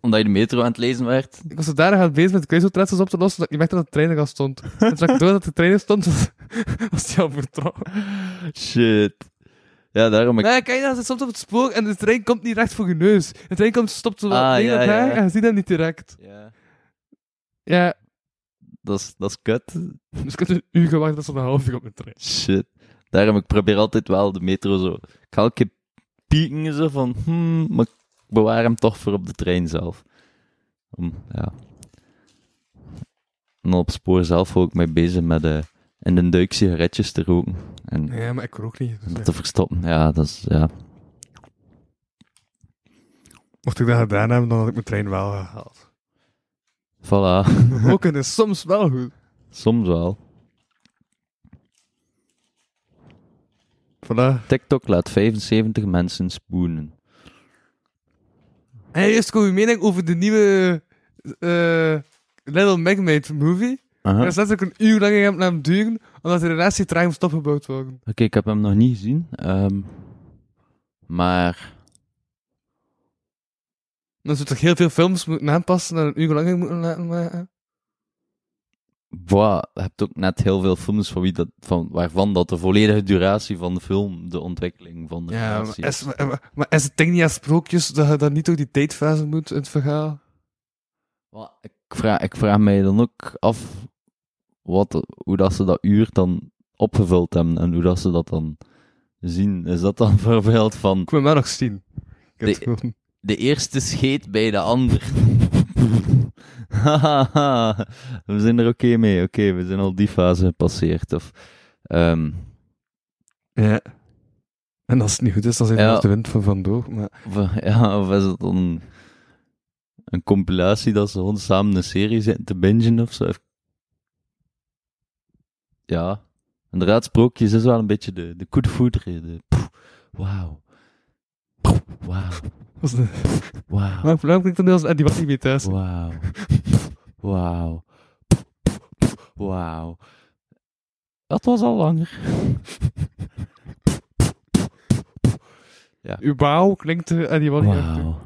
D: omdat je de Metro aan het lezen werd.
C: Ik was daar aan bezig met kruiswoordraadsels op te lossen, dat ik merkte dat de trein er al stond. En toen ik door dat de trein er stond, (laughs) was, was die al vertrouwen.
D: Shit. Ja, daarom... Ik...
C: Nee, kijk, dat zit soms op het spoor en de trein komt niet recht voor je neus. De trein komt, stopt zo wat
D: Ah,
C: tegen
D: ja,
C: elkaar
D: ja.
C: en je ziet hem niet direct.
D: Ja,
C: Ja,
D: dat is, dat is kut.
C: dus ik heb een uur gewacht, dat is een half uur op mijn trein.
D: Shit. Daarom, ik probeer altijd wel de metro zo... Ik ga elke keer pieken zo van... Hmm, maar ik bewaar hem toch voor op de trein zelf. Om, ja. En dan op het spoor zelf ook mee bezig met... eh in de duik sigaretjes te roken. En
C: Ja, maar ik rook niet. dus
D: dat
C: ja.
D: te verstoppen. Ja, dat is... Ja.
C: Mocht ik dat gedaan hebben, dan had ik mijn trein wel eh, gehaald.
D: Voilà.
C: (laughs)
D: (laughs)
C: Roken is soms wel goed.
D: Soms wel.
C: Voilà.
D: TikTok laat 75 mensen spoenen.
C: En eerst kwam je mening over de nieuwe eh Little Magmaid movie.
D: Aha.
C: En dat is letterlijk een uur lang ging het naar hem duren, omdat de relatie traag moest opgebouwd worden.
D: Oké, ik heb hem nog niet gezien. ehm, maar...
C: Dan zou toch heel veel films moeten aanpassen en een uur lang moeten laten maken.
D: Boah, je hebt ook net heel veel films van wie dat, van, waarvan dat de volledige duratie van de film de ontwikkeling van de
C: Ja, maar
D: relatie
C: is, maar, maar is het ding niet aan sprookjes dat je dan niet door die datefase moet in het verhaal?
D: Wel, ik, vraag, ik vraag mij dan ook af wat, hoe dat ze dat uur dan opgevuld hebben en hoe dat ze dat dan zien. Is dat dan (laughs) bijvoorbeeld van
C: Ik wil mij nog zien. Ik heb
D: De-
C: het gewoon-
D: de eerste scheet bij de ander? (laughs) Hahaha, we zijn er oké mee. Oké, we zijn al die fase gepasseerd. Of, ehm,
C: Ja. En als het niet goed is, dan zijn we
D: Ja.
C: uit de wind van vandoor. Maar
D: Of, (laughs) ja, of is het dan een, compilatie dat ze gewoon samen een serie zitten te bingen of zo? Ja, inderdaad, sprookjes is wel een beetje de, de good food reden. Pff, Wauw. Pff, Wauw.
C: was de...
D: Wauw.
C: maar waarom klinkt dat nu als een animatie-imitatie?
D: Wauw. Pff, Wauw. Pff, pff, pff, Wauw. Dat was al langer.
C: Uw wauw klinkt eh, animatie.
D: Wauw.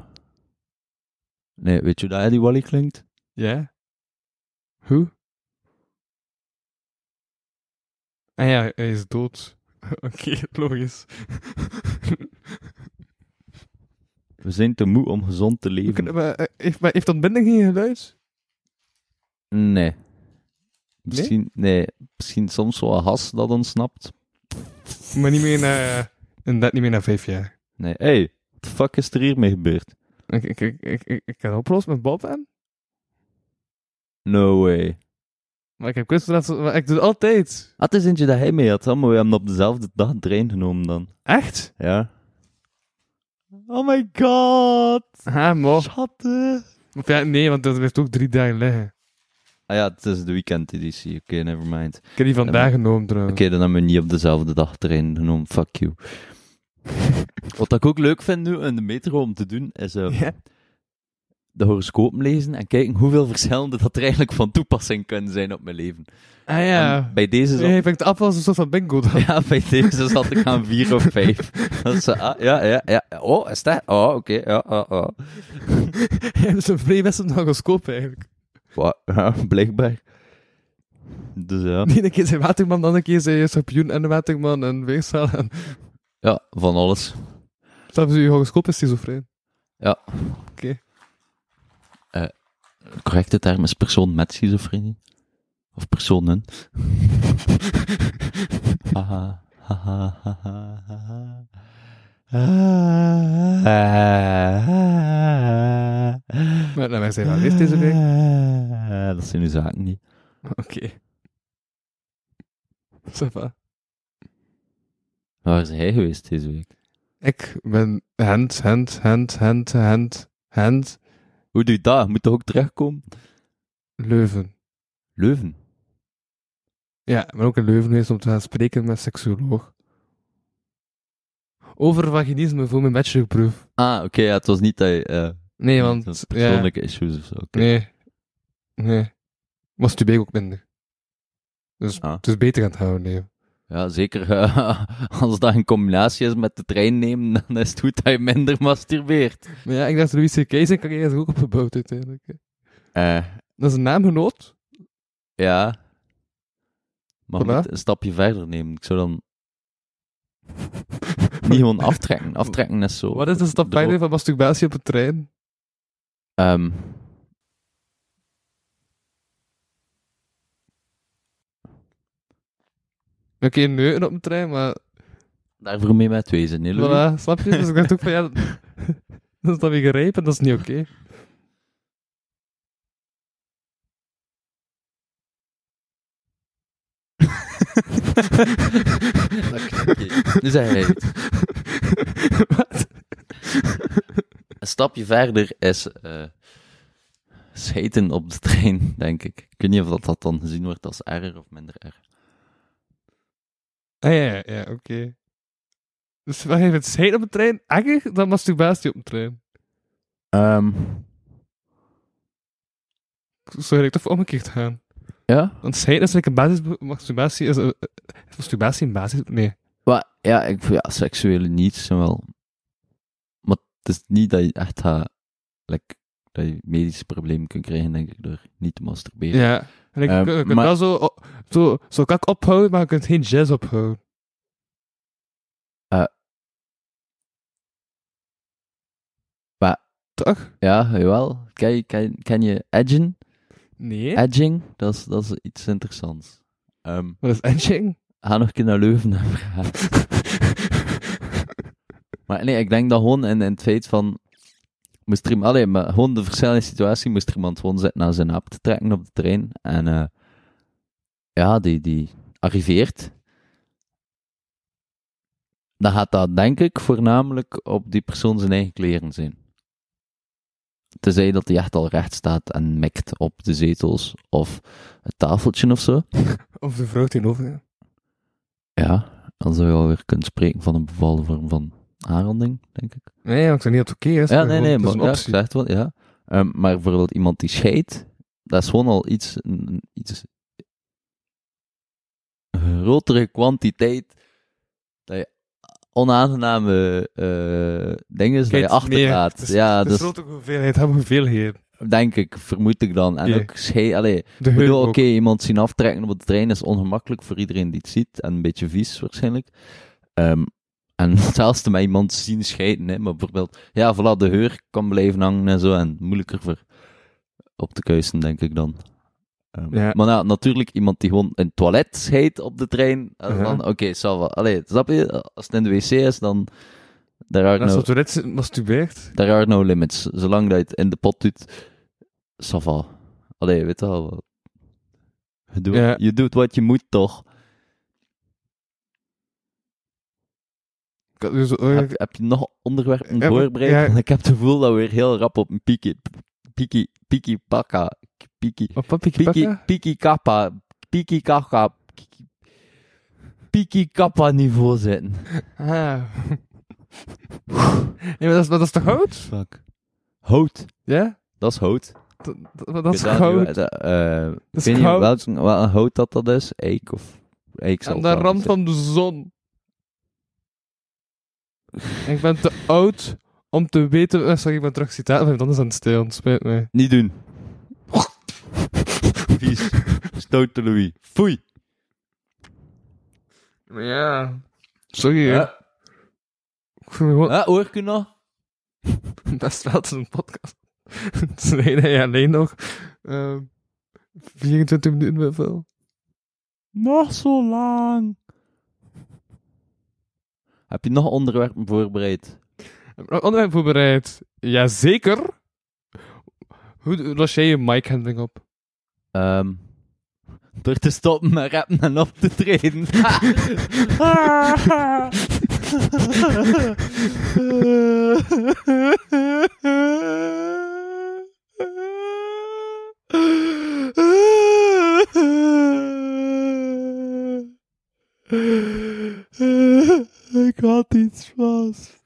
D: Nee, weet je hoe dat Eddie Wally klinkt?
C: Ja? Hoe? Ah ja, hij is dood. (laughs) Oké, logisch.
D: We zijn te moe om gezond te
C: We
D: leven.
C: kunnen- maar, eh, heeft, maar heeft ontbinding geen geluid?
D: Nee. Misschien, nee? misschien soms wel een has dat ontsnapt.
C: Maar niet meer na... En dat niet meer na vijf jaar.
D: Nee, hey, what the fuck is er hiermee gebeurd?
C: Ik, ik, ik, ik, ik, ik kan oplossen met Bob aan.
D: No way.
C: Maar ik heb kunstenaars... Maar ik doe het altijd.
D: Ah, het is eentje dat hij mee had, hè, maar we hebben op dezelfde dag de trein genomen dan.
C: Echt?
D: Ja. Oh my god,
C: Ha,
D: Oh.
C: mo.
D: schatten.
C: Of ja, nee, want dat heeft ook drie dagen liggen.
D: Ah ja, het is de weekendeditie. Oké, never mind. Oké,
C: Ik heb die vandaag
D: maar-
C: genomen trouwens.
D: dan hebben we niet op dezelfde dag de trein genomen. Fuck (laughs) you. Wat ik ook leuk vind nu in de metro om te doen, is eh,
C: Ja.
D: de horoscopen lezen en kijken hoeveel verschillende dat er eigenlijk van toepassing kunnen zijn op mijn leven.
C: Ah ja.
D: En bij deze zat,
C: Nee, ik vind de appel als een soort van bingo dan.
D: (laughs) ja, bij deze zat ik aan vier of vijf. Dat is, eh, ah, ja, ja, ja. Oh, is dat? Oh, oké. Ja, ah, ah.
C: (laughs) Ja, dus een vrij best een horoscoop eigenlijk. (laughs)
D: Wa- (laughs) ja, blijkbaar. Dus ja.
C: De ene keer zijn waterman, de andere keer zijn schorpioen en waterman en weegschaal. En...
D: ja, van alles.
C: Snap je, je horoscoop is schizofreen.
D: Ja.
C: Oké.
D: Eh, correcte term is persoon met schizofrenie.
C: (laughs)
D: Of personen. haha, haha, haha, haha.
C: Maar nou, wij zijn wel eerst deze week.
D: Dat zijn uw zaken niet.
C: Oké. Ça va.
D: Waar is hij geweest deze week?
C: Ik ben hand, hand, hand, hand, hand, hand,
D: Hoe doe je dat? Je Moet toch ook terugkomen?
C: Leuven.
D: Leuven.
C: Ja, ik ben ook in Leuven geweest om te gaan spreken met seksuoloog. Over vaginisme voor mijn bachelorproef.
D: Ah, oké, ja, het was niet dat je... eh,
C: Nee, want...
D: dat
C: Ja,
D: Persoonlijke issues of zo. oké.
C: nee. Nee. Masturbeer ook minder. Dus
D: Ah.
C: het is beter aan het houden, nee.
D: Ja, zeker. (laughs) eh, als dat in combinatie is met de trein nemen, dan is het goed dat je minder masturbeert.
C: Maar ja, ik dacht Louis C.K. zijn carrière is er ook opgebouwd uiteindelijk. hè.
D: Eh,
C: Dat is een
D: (laughs)
C: naamgenoot.
D: ja. Maar
C: Voilà.
D: moet een stapje verder nemen. Ik zou dan niet gewoon aftrekken. Aftrekken is zo.
C: Wat is de stap
D: Droog.
C: verder van masturbatie op een trein?
D: Ehm.
C: Oké, neuten op een trein, maar...
D: daarvoor mee met twee zijn, hè, Louis?
C: Voilà, snap je? Dus ik dacht ook van, ja... (laughs) dat- Dat is dan weer gerepen, dat is niet oké.
D: Dat knik je. (laughs) Nu zei hij het.
C: Wat?
D: Een stapje verder is eh scheten op de trein, denk ik. Ik weet niet of dat, dat dan gezien wordt als erger of minder erg.
C: Ah ja, ja, ja, oké. Dus wacht even, het schijt op een trein erger dan masturbatie op een trein? Zou ik toch omgekeerd gaan?
D: ja?
C: Want schijt is eigenlijk een basis... Masturbatie is... een- Is masturbatie eh, een basis... Nee.
D: Maar, ja, ik, ja, seksuele niets zijn wel. Maar het is niet dat je echt gaat, like, dat je medische problemen kunt krijgen, denk ik, door niet te masturberen.
C: Ja. En ik,
D: Eh,
C: je kunt
D: maar-
C: wel zo, o- zo, zo kak ophouden, maar je kunt geen jazz ophouden.
D: Eh. Maar-
C: Toch?
D: Ja, jawel. Ken je, ken, ken je edgen?
C: Nee.
D: Edging, dat is, dat is iets interessants. Ehm
C: Wat is edging?
D: ga nog een keer naar Leuven (laughs) en vragen. maar nee, ik denk dat gewoon in, in het feit van... Moest er, iemand- allee, maar gewoon de verschillende situatie moest er iemand gewoon zitten naar zijn app te trekken op de trein. En eh, ja, die, die arriveert. Dan gaat dat denk ik voornamelijk op die persoon zijn eigen kleren zijn. Tenzij dat hij echt al recht staat en mikt op de zetels of het tafeltje of zo.
C: (laughs) Of de vrouw tegenover je.
D: Ja, dan zou je alweer kunnen spreken van een bepaalde vorm van aanranding, denk ik.
C: Nee, want ik zei niet dat het oké is.
D: ja,
C: maar
D: nee,
C: gewoon,
D: nee,
C: het is
D: maar
C: een
D: ja,
C: optie.
D: echt wel, ja. Ehm, maar bijvoorbeeld iemand die scheidt, dat is gewoon al iets, een, een- iets een grotere kwantiteit dat je onaangename eh, dingen dat je
C: Kijk, meer.
D: achterlaat.
C: Het is-
D: ja,
C: het is
D: dus
C: grote hoeveelheid, hebben hoeveelheid.
D: denk ik, vermoed ik dan. En
C: Oké.
D: ook scheiden, allee,
C: De
D: ik
C: heuvel
D: bedoel, oké,
C: ook.
D: iemand zien aftrekken op de trein is ongemakkelijk voor iedereen die het ziet. En een beetje vies waarschijnlijk. Ehm, en (laughs) zelfs te mij iemand zien scheiden, hè, maar bijvoorbeeld, ja, voilà, de heur kan blijven hangen en zo. En moeilijker voor op te kuisen, denk ik dan. Ehm,
C: Ja.
D: Maar nou, natuurlijk, iemand die gewoon in het toilet scheidt op de trein. en
C: Ja.
D: dan, oké, ça va. Allee, snap je? Als het in de wc is, dan. Daar nou are
C: Als
D: no-
C: dat toilet zit, masturbeert.
D: There are no limits. Zolang dat je het in de pot doet, ça va. Allee, weet je wel. Je doet,
C: Ja.
D: je doet wat je moet, toch?
C: Ik had dus ooit-
D: Heb, heb je nog onderwerpen
C: Ja, maar-
D: voorbereid?
C: ja.
D: Want ik heb het gevoel dat we weer heel rap op een piki... Piki... Piki... Paka... Piki...
C: Wat, papi,
D: Piki...
C: pakka?
D: Piki... Kappa... Piki... Kaka... piki- Piki... Kappa niveau zitten.
C: Ah. Nee, maar dat is, maar dat is toch hout?
D: Fuck. Hout.
C: Ja?
D: Dat is hout.
C: Dat, dat, dat is
D: Ik weet
C: goud.
D: niet wat- eh,
C: Dat
D: Ik
C: is
D: weet niet
C: goud.
D: welk, wel een hout dat dat is. Eik of... Eik zal
C: Aan
D: het
C: de
D: wel dus-
C: rand
D: niet
C: van de zon. ik ben te oud om te weten... eh, sorry, ik ben terug citaat, want anders aan het stil. Het spijt mij.
D: zijn. Niet doen. Vies. Stote Louis. Foei.
C: Ja. Sorry, hè.
D: Ja.
C: Ik voel me gewoon
D: Ja, hoor ik u nog?
C: (laughs) best wel te een podcast. (laughs) Het is alleen, nee, alleen nog ehm 24 minuten wel veel.
D: Nog zo lang. Heb je nog onderwerpen voorbereid?
C: Heb je nog Oh, Onderwerp voorbereid. Jazeker. Hoe d- los jij je mic handling op?
D: Ehm, door te stoppen met rappen en op te (laughs) treden. Ik had iets vast.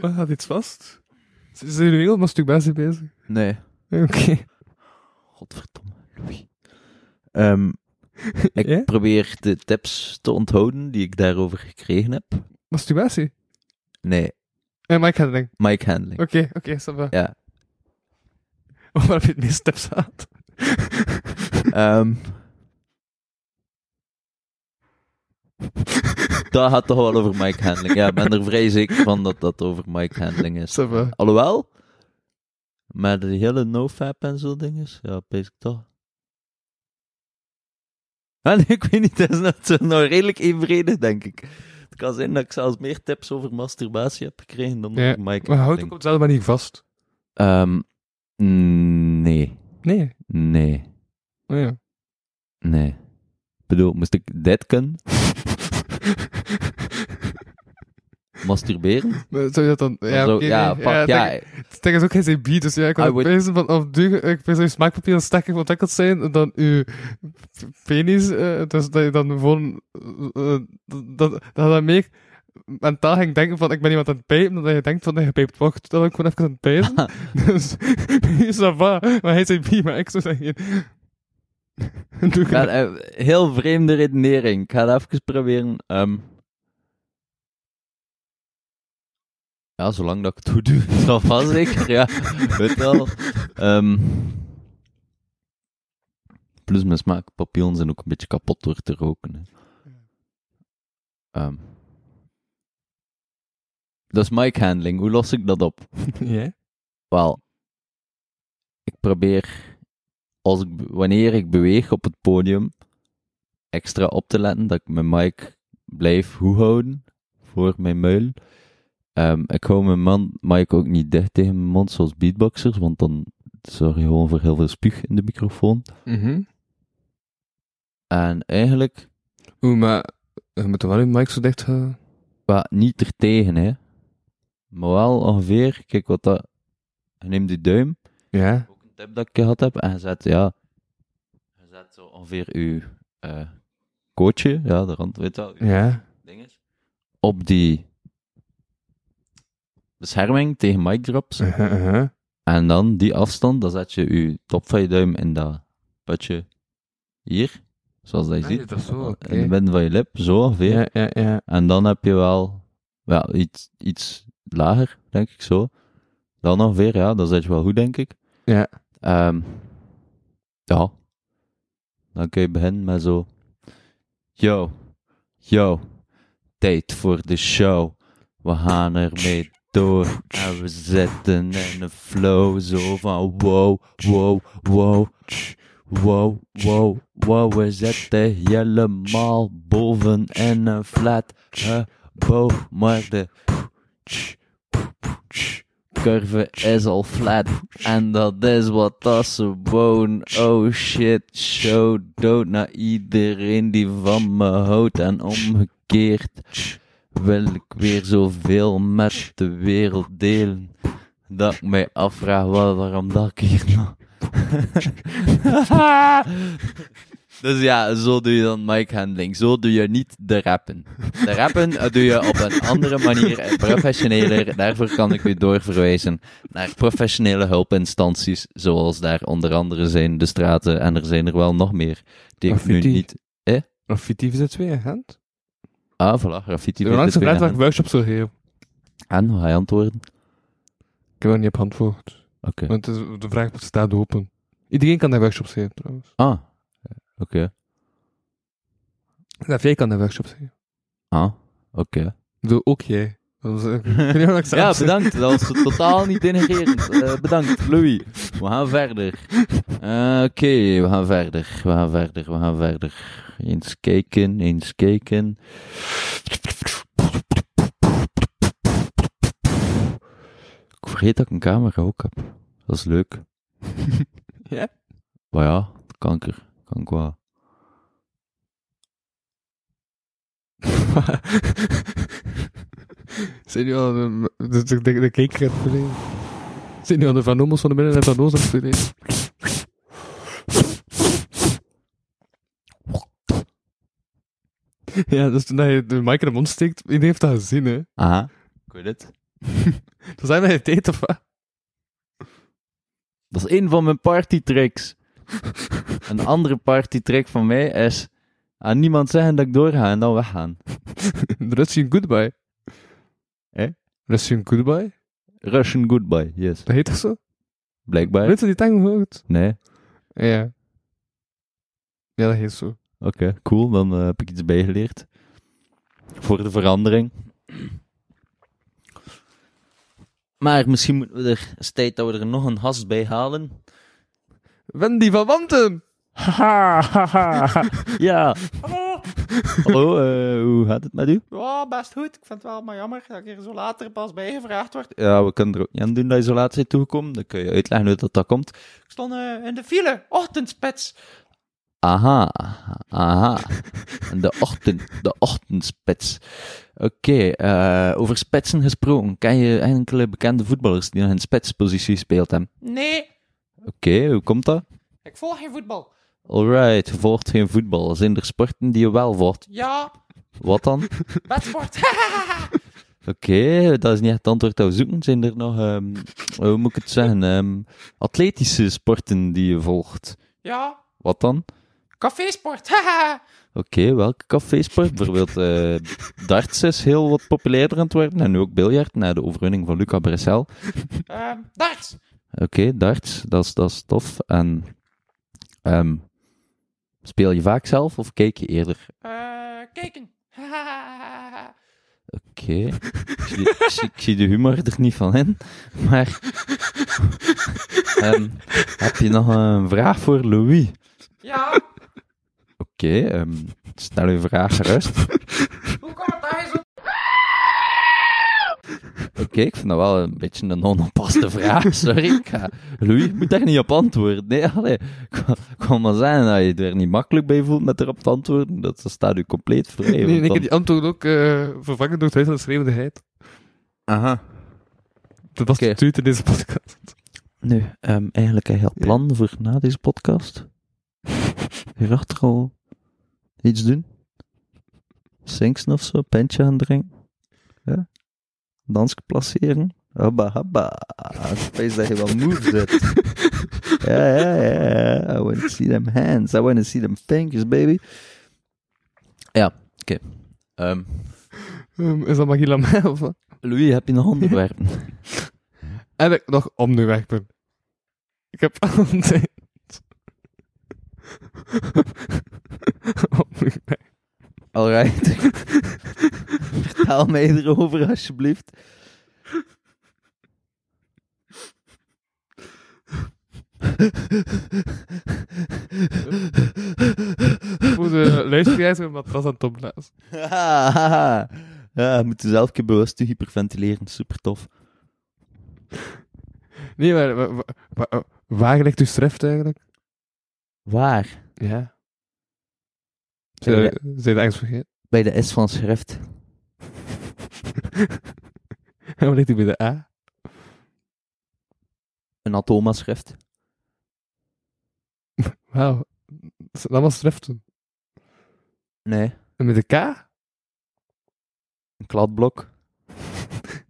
C: Wat gaat iets vast? Z- Zijn jullie heel masturbatie bezig?
D: Nee.
C: (laughs) Oké.
D: Godverdomme, Louis. Ehm, ik
C: Ja?
D: probeer de tips te onthouden die ik daarover gekregen heb.
C: Masturbatie?
D: Nee,
C: En mic handling.
D: Mike Handling.
C: Oké, oké, ça va. (laughs)
D: Ja.
C: Waar heb je het meest tips aan?
D: Ehm. (laughs) dat gaat toch wel over Mike Handling. Ja, ik ben er vrij zeker van dat dat over Mike Handling is.
C: Ça va.
D: Alhoewel, maar de hele nofap en zo dinges, ja, pees ik toch. Ah, nee, ik weet niet, dat is nou, het is nou redelijk evenredig, denk ik. Het kan zijn dat ik zelfs meer tips over masturbatie heb gekregen dan
C: Ja,
D: over Mike
C: Maar houdt ook
D: Handling.
C: op dezelfde manier vast.
D: Ehm, nee,
C: Nee.
D: nee.
C: Oh, ja.
D: Nee. Ik bedoel, moest ik dit kunnen? Masturberen?
C: Maar zou je dat dan... Ja,
D: Dan zo-
C: oké,
D: ja,
C: nee.
D: fuck, ja.
C: denk- Het ding is ook geen CB, dus ja, ik
D: I
C: kan
D: would-
C: bezig van of duur, ik ben je smaakpapier dan sterker ontwikkeld zijn dan uw penis, eh, dus dat je dan gewoon eh, eh, dat, dat dan meer mentaal ging denken van ik ben iemand aan het pijpen, dan dat je denkt van nee, gepijpt wordt, dat ik gewoon even aan het
D: (laughs)
C: pijpen. dus (laughs) is dat waar, maar hij zei bi, maar ik zou zeggen (laughs) doe ik
D: Ik ga- eh, heel vreemde redenering. Ik ga het even proberen. ehm. Ja, zolang dat ik het goed doe, (laughs) is dat vast
C: (laughs)
D: zeker. Ja, weet wel. Ehm. Plus mijn smaakpapillen zijn ook een beetje kapot door te roken. Hè. Ehm. Dat is mic handling. Hoe los ik dat op?
C: Ja?
D: Wel, ik probeer, als ik, be- wanneer ik beweeg op het podium, extra op te letten dat ik mijn mic blijf hoe houden voor mijn muil. Ehm, ik hou mijn man, mic ook niet dicht tegen mijn mond zoals beatboxers, want dan zorg je gewoon voor heel veel spuug in de microfoon.
C: Mhm.
D: En eigenlijk,
C: Oeh, maar je moet wel je mic zo dicht eh. houden.
D: wat niet ertegen, hè. Maar wel ongeveer, kijk wat dat... Je neemt die duim
C: Ja.
D: ook een tip dat ik gehad heb. En je zet, ja, je zet zo ongeveer je eh kootje, ja, de rand, weet je wel, je
C: Ja.
D: dinges, op die bescherming tegen mic drops.
C: Uh (laughs) -huh,
D: En dan die afstand, dan zet je je top van je duim in dat putje hier, zoals dat je
C: Ah,
D: ziet.
C: dat is zo, oké.
D: In de midden van je lip, zo ongeveer.
C: Ja, ja, ja.
D: En dan heb je wel ja, iets, iets lager, denk ik zo. Dan ongeveer, ja, dan zit je wel goed, denk ik.
C: Ja.
D: Ehm, ja. Dan kun je beginnen met zo... Yo, yo, tijd voor de show. We gaan ermee door. En we zitten in een flow zo van wow, wow, wow. Wow, wow, wow, we zitten helemaal boven in een flat boom, maar de curve is al flat en dat is wat dat ze woon. Oh shit, show dood naar iedereen die van me houdt en omgekeerd wil ik weer zoveel met de wereld delen dat ik mij afvraag wel waarom dat ik hier nog
C: (laughs)
D: dus ja, zo doe je dan mic handling. Zo doe je niet de rappen. De rappen eh, doe je op een andere manier, eh, professioneler. Daarvoor kan ik u doorverwijzen naar professionele hulpinstanties, zoals daar onder andere zijn de straten en er zijn er wel nog meer. Die ik nu
C: Graffiti.
D: niet...
C: Of fictief is het twee, Gent?
D: Ah, voilà, graffiti.
C: Ik ben langs
D: dit weer
C: gevraagd dat ik
D: aan. Ah, nou,
C: workshops zou geven.
D: En, hoe ga je antwoorden?
C: Ik heb er niet op antwoord.
D: Oké.
C: Want het is- de vraag staat open. Iedereen kan daar workshops geven, trouwens.
D: Ah, oké.
C: Ja, jij kan daar workshops geven.
D: Ah, oké.
C: Ik bedoel, ook jij. Dat was, (laughs) ik weet niet wat ik zei.
D: Ja, bedankt. Dat was totaal niet denigrerend. Eh, bedankt, Louis. We gaan verder. Eh, Oké, we gaan verder. We gaan verder, we gaan verder. Eens kijken, eens kijken. Ik vergeet dat ik een camera ook heb. Dat is (laughs) leuk.
C: Ja?
D: Maar ja, kanker. Kan ik wel.
C: (laughs) Zijn nu al de, de, de, de, de cake gaat verleden? Zijn nu al de Van Ommels van de Midden en Van Oos aan het verleden? (laughs) Ja, dus toen je de mic in de mond steekt, iedereen heeft dat gezien, hè. (laughs)
D: Aha. Ik weet het.
C: Toen zijn wij het eten, of wat? (laughs)
D: Dat is één van mijn partytricks. Een andere partytrick van mij is aan niemand zeggen dat ik doorga en dan weggaan.
C: Russian Goodbye.
D: Hè?
C: Russian Goodbye?
D: Russian goodbye, yes.
C: Dat heet toch zo?
D: Blijkbaar.
C: Weet je die tang hoort?
D: Nee. Oké,
C: Ja. Ja, dat heet zo.
D: cool. Dan eh, heb ik iets bijgeleerd. Voor de verandering. Maar misschien moeten we er, is tijd dat we er nog een gast bij halen.
C: Wendy van Wanten!
D: Haha, haha. ja.
B: Hallo!
D: Hallo, eh, hoe gaat het met u?
B: Ja, best goed. Ik vind het wel maar jammer dat ik er zo later pas bij gevraagd word.
D: Ja, we kunnen er ook niet aan doen dat je zo laat bent toegekomen. Dan kun je uitleggen hoe dat, dat komt.
B: Ik stond eh, in de file, ochtendspits.
D: Aha, aha. De, ochtend, de ochtendspits. Oké, eh, over spitsen gesproken. Ken je enkele bekende voetballers die nog in spitspositie gespeeld hebben?
B: Nee,
D: Oké, hoe komt dat?
B: ik volg geen voetbal.
D: Alright, je volgt geen voetbal. Zijn er sporten die je wel volgt?
B: Ja,
D: Wat dan? Oké,
B: bedsport.
D: dat is niet echt het antwoord dat we zoeken. Zijn er nog, ehm, hoe moet ik het zeggen, ehm, atletische sporten die je volgt?
B: (laughs) ja,
D: Wat dan?
B: cafésport. (laughs)
D: Oké, welke cafésport? Bijvoorbeeld eh, darts is heel wat populairder aan het worden. En nu ook biljart, na de overwinning van Luca Bressel. Oké,
B: Ehm darts.
D: darts, dat is- dat is tof. En ehm, speel je vaak zelf of kijk je eerder?
B: Eh, kijken.
D: Oké, Oké. Ik zie- ik zie- Ik zie de humor er niet van in, maar... Ehm, heb je nog een vraag voor Louis?
B: (laughs) Ja,
D: Oké, ehm, stel uw vraag gerust.
B: hoe komt het dat hij zo...
D: Oké, ik vind dat wel een beetje een onoppaste vraag, (laughs) sorry. Ik ga... Louis, je moet daar niet op antwoorden. Nee, allee. Ik wou- Ik wil maar zeggen dat je je er niet makkelijk bij voelt met erop te antwoorden. Dat staat u compleet vrij.
C: Nee,
D: want
C: nee, ik
D: dan-
C: heb die antwoord ook eh, vervangen door het huis van de schreeuwende geit.
D: Aha.
C: Dat was
D: Oké.
C: de tweet in deze podcast.
D: Nu, ehm, eigenlijk heb je al plannen voor na deze podcast? Hierachter al iets doen? Sinksen of zo, pintje gaan drinken? Ja? Dansje placeren? Habba, habba. Space dat je wel moe bent. Ja, ja, ja. I want to see them hands. I want to see them fingers, baby. Ja, oké. Ehm,
C: Ehm, is dat Magila mij of wat?
D: Louis, heb je nog onderwerpen?
C: Heb ik nog onderwerpen? Ik heb (laughs) altijd... onderwerpen.
D: Alright. (laughs) Vertel mij erover, alsjeblieft.
C: Voor de luisteraars een matras aan het opblazen.
D: (laughs) ja, je moet jezelf een keer bewust hyperventileren. Super tof.
C: Nee, maar, wa- wa- wa- eh, waar ligt uw schrift eigenlijk?
D: Waar?
C: Ja. Eh, Zijn
D: Ja.
C: zijn we ergens vergeten?
D: Bij de S van schrift.
C: En (laughs) waar ligt die bij de A?
D: Een atoma-schrift.
C: Wauw. Dat zijn allemaal schriften.
D: Nee,
C: En met de K?
D: een kladblok.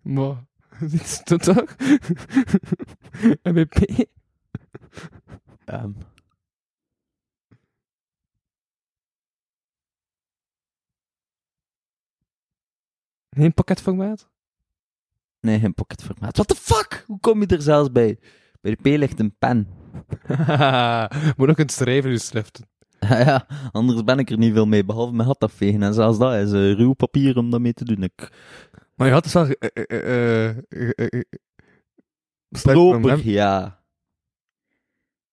C: Wow. (laughs) Dit is dat toch? (laughs) en bij P?
D: Ehm.
C: Geen pakketformaat?
D: Nee, geen pocketformaat. What the fuck? Hoe kom je er zelfs bij? Bij de P ligt een pen.
C: (laughs) Moet ook een schrijven in uw schriften.
D: (laughs) Ja, ja, anders ben ik er niet veel mee, behalve met handafvegen. En zelfs dat is eh, ruw papier om dat mee te doen. Ik
C: Maar je had dus wel... eh, eh, eh, eh, eh, eh, eh,
D: Proper,
C: fragment-
D: ja.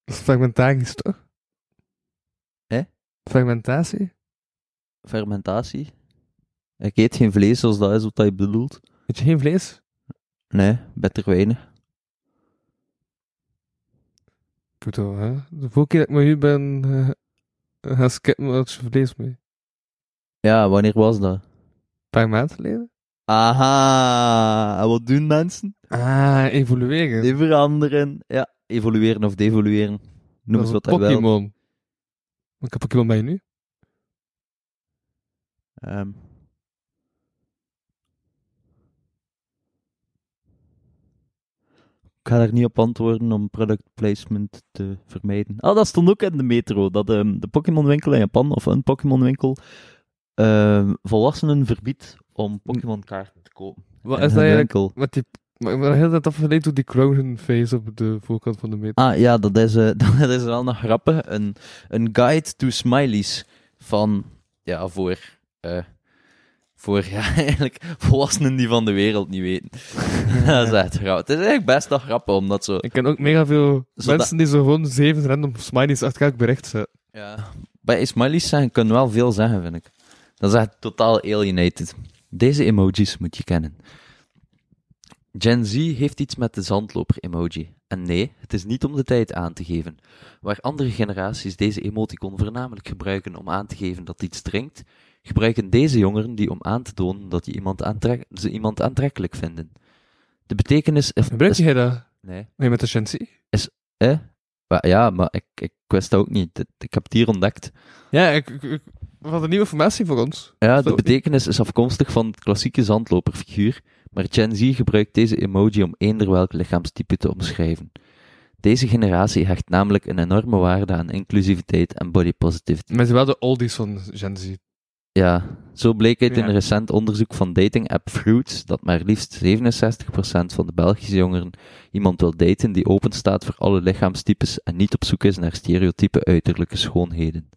C: Fragmentarisch, toch?
D: Hè?
C: Fragmentatie?
D: Fermentatie. Ik eet geen vlees als dat is wat hij bedoelt.
C: Weet je geen vlees?
D: Nee, beter weinig.
C: Ik bedoel, hè? De vorige keer dat ik met u ben eh, gaan skippen, had je vlees mee. Een
D: Ja, wanneer was dat?
C: paar maanden geleden?
D: Aha, en wat doen mensen?
C: Ah, evolueren.
D: Die veranderen. Ja, evolueren of devolueren. Noem
C: Dat
D: eens
C: is
D: wat
C: een
D: hij wil.
C: Pokémon. Welke Pokémon ben je nu?
D: Ehm. Ik ga daar niet op antwoorden om product placement te vermijden. Ah, dat stond ook in de metro. Dat ehm, de Pokémon-winkel in Japan, of een Pokémon-winkel, ehm, volwassenen verbiedt om Pokémon-kaarten te kopen.
C: Wat
D: In
C: is dat
D: hun
C: eigenlijk?
D: winkel.
C: Wat die... Maar ik ben de hele tijd afgeleid door die Crown face op de voorkant van de meter.
D: Ah ja, dat is, eh, (laughs) dat is wel nog grappig. Een, een guide to smileys van, ja, voor, eh, voor (laughs) ja, eigenlijk volwassenen die van de wereld niet weten. (laughs) dat is echt grappig. Het is eigenlijk best nog grappig, omdat zo...
C: Ik ken ook mega veel
D: Zodat-
C: mensen die zo gewoon zeven random smileys achter elkaar bericht zetten.
D: Ja. Bij smileys zeggen kunnen wel veel zeggen, vind ik. Dat is echt totaal alienated. Deze emojis moet je kennen. Gen Z heeft iets met de zandloper-emoji. En nee, het is niet om de tijd aan te geven. Waar andere generaties deze emoticon voornamelijk gebruiken om aan te geven dat iets drinkt, gebruiken deze jongeren die om aan te tonen dat je iemand aantrek- ze iemand aantrekkelijk vinden. De betekenis... Of,
C: Gebruik
D: is-
C: jij dat?
D: Nee.
C: Nee, met de Shensi?
D: Eh? Wa- Ja, maar ik, ik wist dat ook niet. Dit- Ik heb het hier ontdekt.
C: Ja, ik, ik, ik- wat een nieuwe informatie voor ons.
D: Ja, de
C: Zo.
D: betekenis is afkomstig van het klassieke zandloperfiguur, maar Gen Z gebruikt deze emoji om eender welk lichaamstype te omschrijven. Deze generatie hecht namelijk een enorme waarde aan inclusiviteit en body positivity.
C: Maar ze wel de oldies van Gen Z.
D: Ja, zo bleek uit
C: Ja.
D: een recent onderzoek van dating-app Fruits dat maar liefst 67% van de Belgische jongeren iemand wil daten die open staat voor alle lichaamstypes en niet op zoek is naar stereotype uiterlijke schoonheden.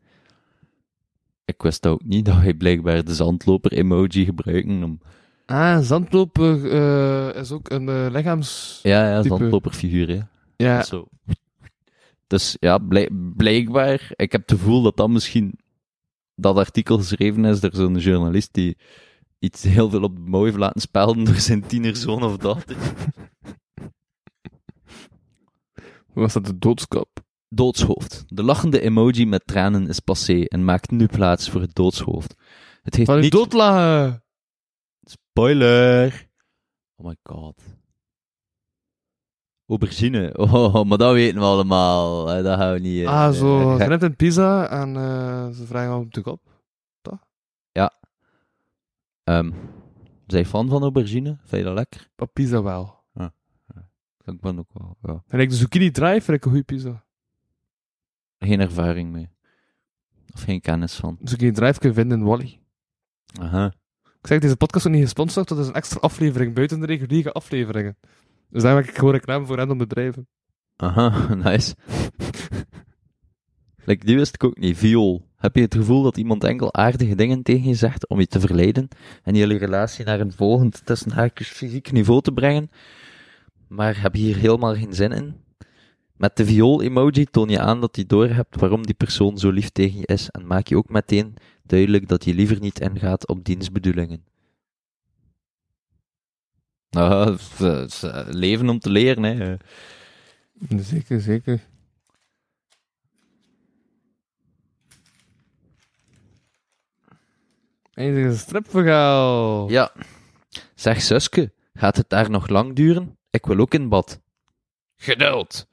D: Ik wist ook niet dat wij blijkbaar de zandloper-emoji gebruiken om
C: Ah, zandloper eh, is ook een eh, lichaams...
D: Ja, ja,
C: Type-
D: zandloperfiguur, hè.
C: Ja,
D: Zo. Dus ja, blijk- blijkbaar, ik heb het gevoel dat dat misschien dat artikel geschreven is door zo'n journalist die iets heel veel op de mouw heeft laten spelden door zijn tienerzoon of dochter.
C: was dat de doodskap?
D: Doodshoofd. De lachende emoji met tranen is passé en maakt nu plaats voor het doodshoofd. Het heeft
C: Van uw
D: niet...
C: doodlagen.
D: Spoiler! Oh my god. Aubergine. Oh, (laughs) maar dat weten we allemaal. Eh, Dat gaan we niet... eh,
C: ah, zo.
D: eh,
C: Ze neemt een pizza en eh, ze vragen hem natuurlijk op.
D: Ehm, zijn je fan van aubergine? Vind je dat lekker?
C: Op pizza wel.
D: Ik ben ook wel. Ja.
C: En ik de zucchini drive vind ik een goede pizza.
D: Geen ervaring mee. Of geen kennis van.
C: Zucchini drive kun je vinden in Wally.
D: Aha.
C: Ik zeg, deze podcast wordt niet gesponsord, dat is een extra aflevering buiten de reguliere afleveringen. Dus daar maak ik gewoon reclame voor random bedrijven.
D: Aha, (laughs) nice. like, die wist ik ook niet. Viool. Heb je het gevoel dat iemand enkel aardige dingen tegen je zegt om je te verleiden en jullie relatie naar een volgend tussen haakjes fysiek niveau te brengen, maar heb je hier helemaal geen zin in? Met de viool-emoji toon je aan dat je doorhebt waarom die persoon zo lief tegen je is en maak je ook meteen duidelijk dat je liever niet ingaat op dienstbedoelingen. Nou, het is- het is, eh, leven om te leren, hè.
C: Zeker, zeker. En dit is een stripverhaal.
D: Ja. Zeg zuske, gaat het daar nog lang duren? Ik wil ook in bad. Geduld.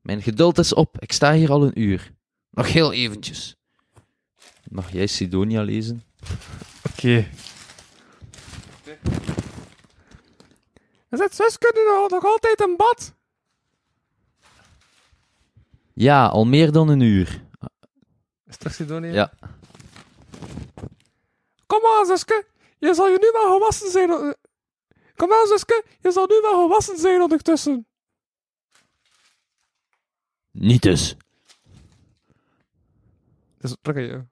D: Mijn geduld is op. Ik sta hier al een uur. Nog heel eventjes. Mag jij Sidonia lezen?
C: Oké. Is het zus kunnen nog, nog altijd een bad?
D: Ja, al meer dan een uur.
C: Is terug Sidonia?
D: Ja.
C: Kom aan, zuske. Je zal je nu wel gewassen zijn. eh. Kom aan, zuske. Je zal nu wel gewassen zijn ondertussen.
D: Niet dus.
C: Dus terug aan je.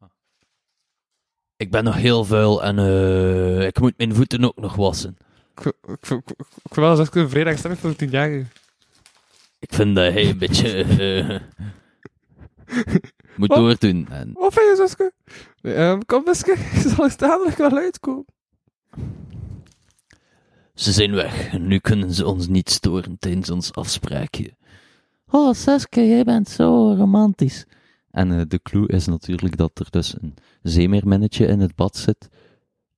D: Ik ben nog heel vuil en eh, ik moet mijn voeten ook nog wassen.
C: Ik wil- ik wil- ik wil- ik wil wel zuske een vrijdag stemmen voor de tien jaar.
D: Ik vind dat hij een beetje... eh, moet
C: Wat?
D: doordoen. En
C: Wat vind je, zuske? Nee, Oh, ehm, kom, zuske. (laughs) Je zal er dadelijk wel uitkomen.
D: Ze zijn weg en nu kunnen ze ons niet storen tijdens ons afspraakje. Oh, Saske, jij bent zo romantisch. En eh, de clue is natuurlijk dat er dus een zeemeerminnetje in het bad zit.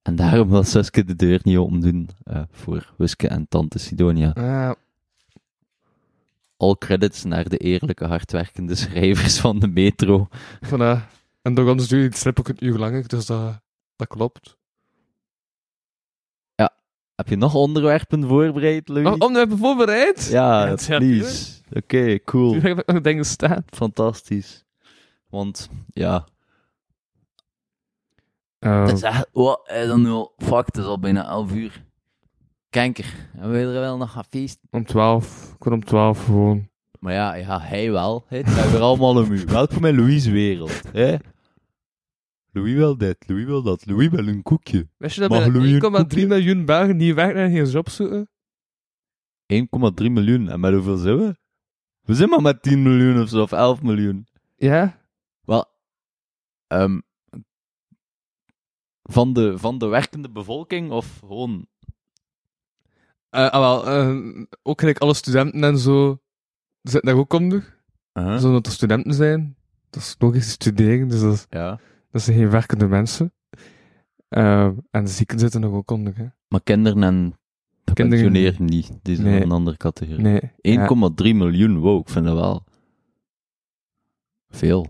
D: En daarom wil Saske de deur niet open doen eh, voor Wiske en tante Sidonia.
C: Ah,
D: All credits naar de eerlijke, hardwerkende schrijvers van de metro.
C: voilà. En door ons duurde die strip ook een uur langer, dus dat, dat klopt.
D: Heb je nog onderwerpen voorbereid, Louis?
C: Om, om hebben voorbereid?
D: Ja,
C: Oh, Ja,
D: please. Oké, cool.
C: Toen heb (laughs) ik nog dingen staan.
D: Fantastisch. Want, ja,
C: Ehm,
D: Het is echt, wat is dat nu? Fuck, het is al bijna 11 uur. Kanker, en we er wel nog gaan feesten.
C: Om 12. Ik kon om 12 gewoon.
D: Maar ja, ja hij wel. Hè. Het gaat weer allemaal om u. Welkom in Louis' wereld. Hè? Louis wil dit, Louis wil dat, Louis wil een koekje.
C: Wist je dat
D: Mag Louis een
C: bijna 1,3
D: koekje?
C: miljoen Belgen niet weg naar geen job zoeken?
D: 1,3 miljoen, en met hoeveel zijn we? We zijn maar met 10 miljoen of zo, of 11 miljoen.
C: Ja?
D: Wel, ehm, van, de, van de werkende bevolking of gewoon
C: Eh, ah, wel, eh, ook gelijk alle studenten en zo zitten daar ook onder.
D: Uh-huh.
C: Zodat er studenten zijn. Dat is logisch, die studeren, dus dat, is-
D: Ja.
C: dat zijn geen werkende mensen. Eh, en de zieken zitten er ook onder, hè.
D: Maar kinderen en gepensioneerden niet. Die zijn
C: Nee.
D: een andere categorie.
C: Nee.
D: 1,3
C: ja.
D: miljoen, wow, ik vind dat wel veel.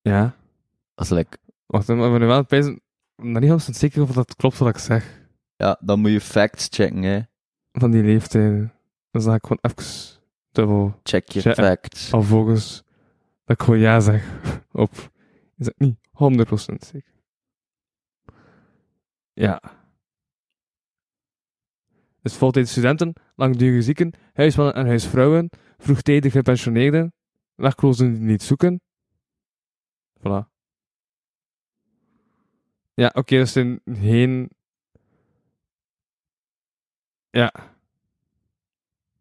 C: Ja.
D: Dat is like,
C: Wacht, maar we zijn wel aan het peinzen. Ik ben niet 100% zeker of dat klopt wat ik zeg.
D: ja, dan moet je facts checken, hè.
C: Van die leeftijden. Dan zag ik gewoon even dubbel...
D: Check je
C: Check. Oh.
D: facts.
C: Alvorens dat ik gewoon ja zeg (laughs) op. Is dat niet 100% zeker? Ja. Dus voltijd studenten, langdurige zieken, huismannen en huisvrouwen, vroegtijdig gepensioneerden, werklozen die niet zoeken. Voilà. Ja, oké, dat zijn geen Ja.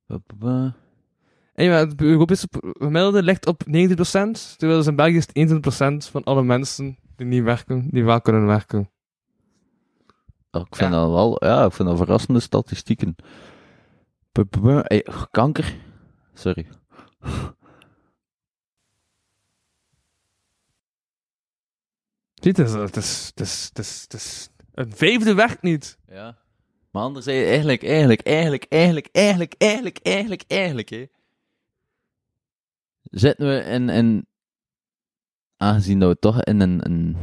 D: Ba, ba, ba.
C: En ja, het Europese gemiddelde ligt op 90%, terwijl dus in België is het 21% van alle mensen die niet werken, die wel kunnen werken.
D: Oh, ik vind dat wel, ja, ik vind dat verrassende statistieken. Ba, ba, ba. Hey, kanker. Sorry.
C: Ziet, het is, het is, het is, het is, het is- het vijfde werkt niet.
D: Ja. Maar anderzijds, eigenlijk, eigenlijk, eigenlijk, eigenlijk, eigenlijk, eigenlijk, eigenlijk, eigenlijk, hè. Zitten we in, in aangezien dat we toch in een, een,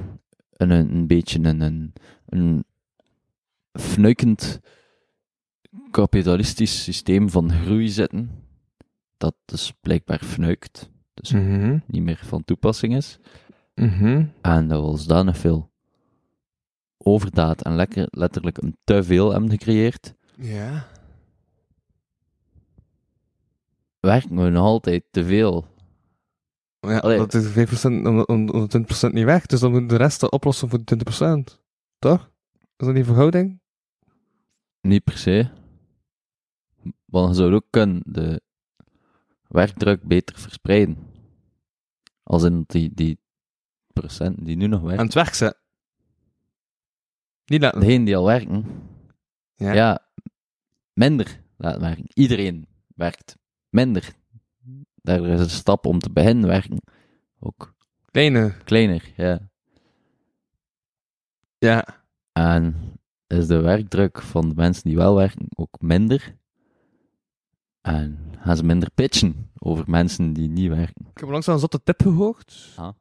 D: in een, een beetje in een, een fnuikend kapitalistisch systeem van groei zitten, dat dus blijkbaar fnuikt, dus
C: Mhm.
D: niet meer van toepassing is.
C: Mhm.
D: En dat we ons dan nog veel overdaad en lekker, letterlijk een te veel hebben gecreëerd,
C: Ja.
D: werken we nog altijd te veel.
C: Ja,
D: Allee.
C: dat is 5% om, om, om de 20% niet weg, dus dan moet de rest dat oplossen voor de 20%. Toch? Is dat niet verhouding?
D: Niet per se. Want je zou ook kunnen de werkdruk beter verspreiden. Als in die, die procenten die nu nog
C: Aan
D: werken.
C: het werk zijn. Niet laten.
D: Degenen die al werken,
C: Ja.
D: ja. minder laten werken. Iedereen werkt minder. Daar is een stap om te beginnen werken. Ook
C: Kleine.
D: kleiner, ja.
C: Ja.
D: En is de werkdruk van de mensen die wel werken ook minder? En gaan ze minder pitchen over mensen die niet werken?
C: Ik heb langzaam een zotte tip gehoord.
D: Ah.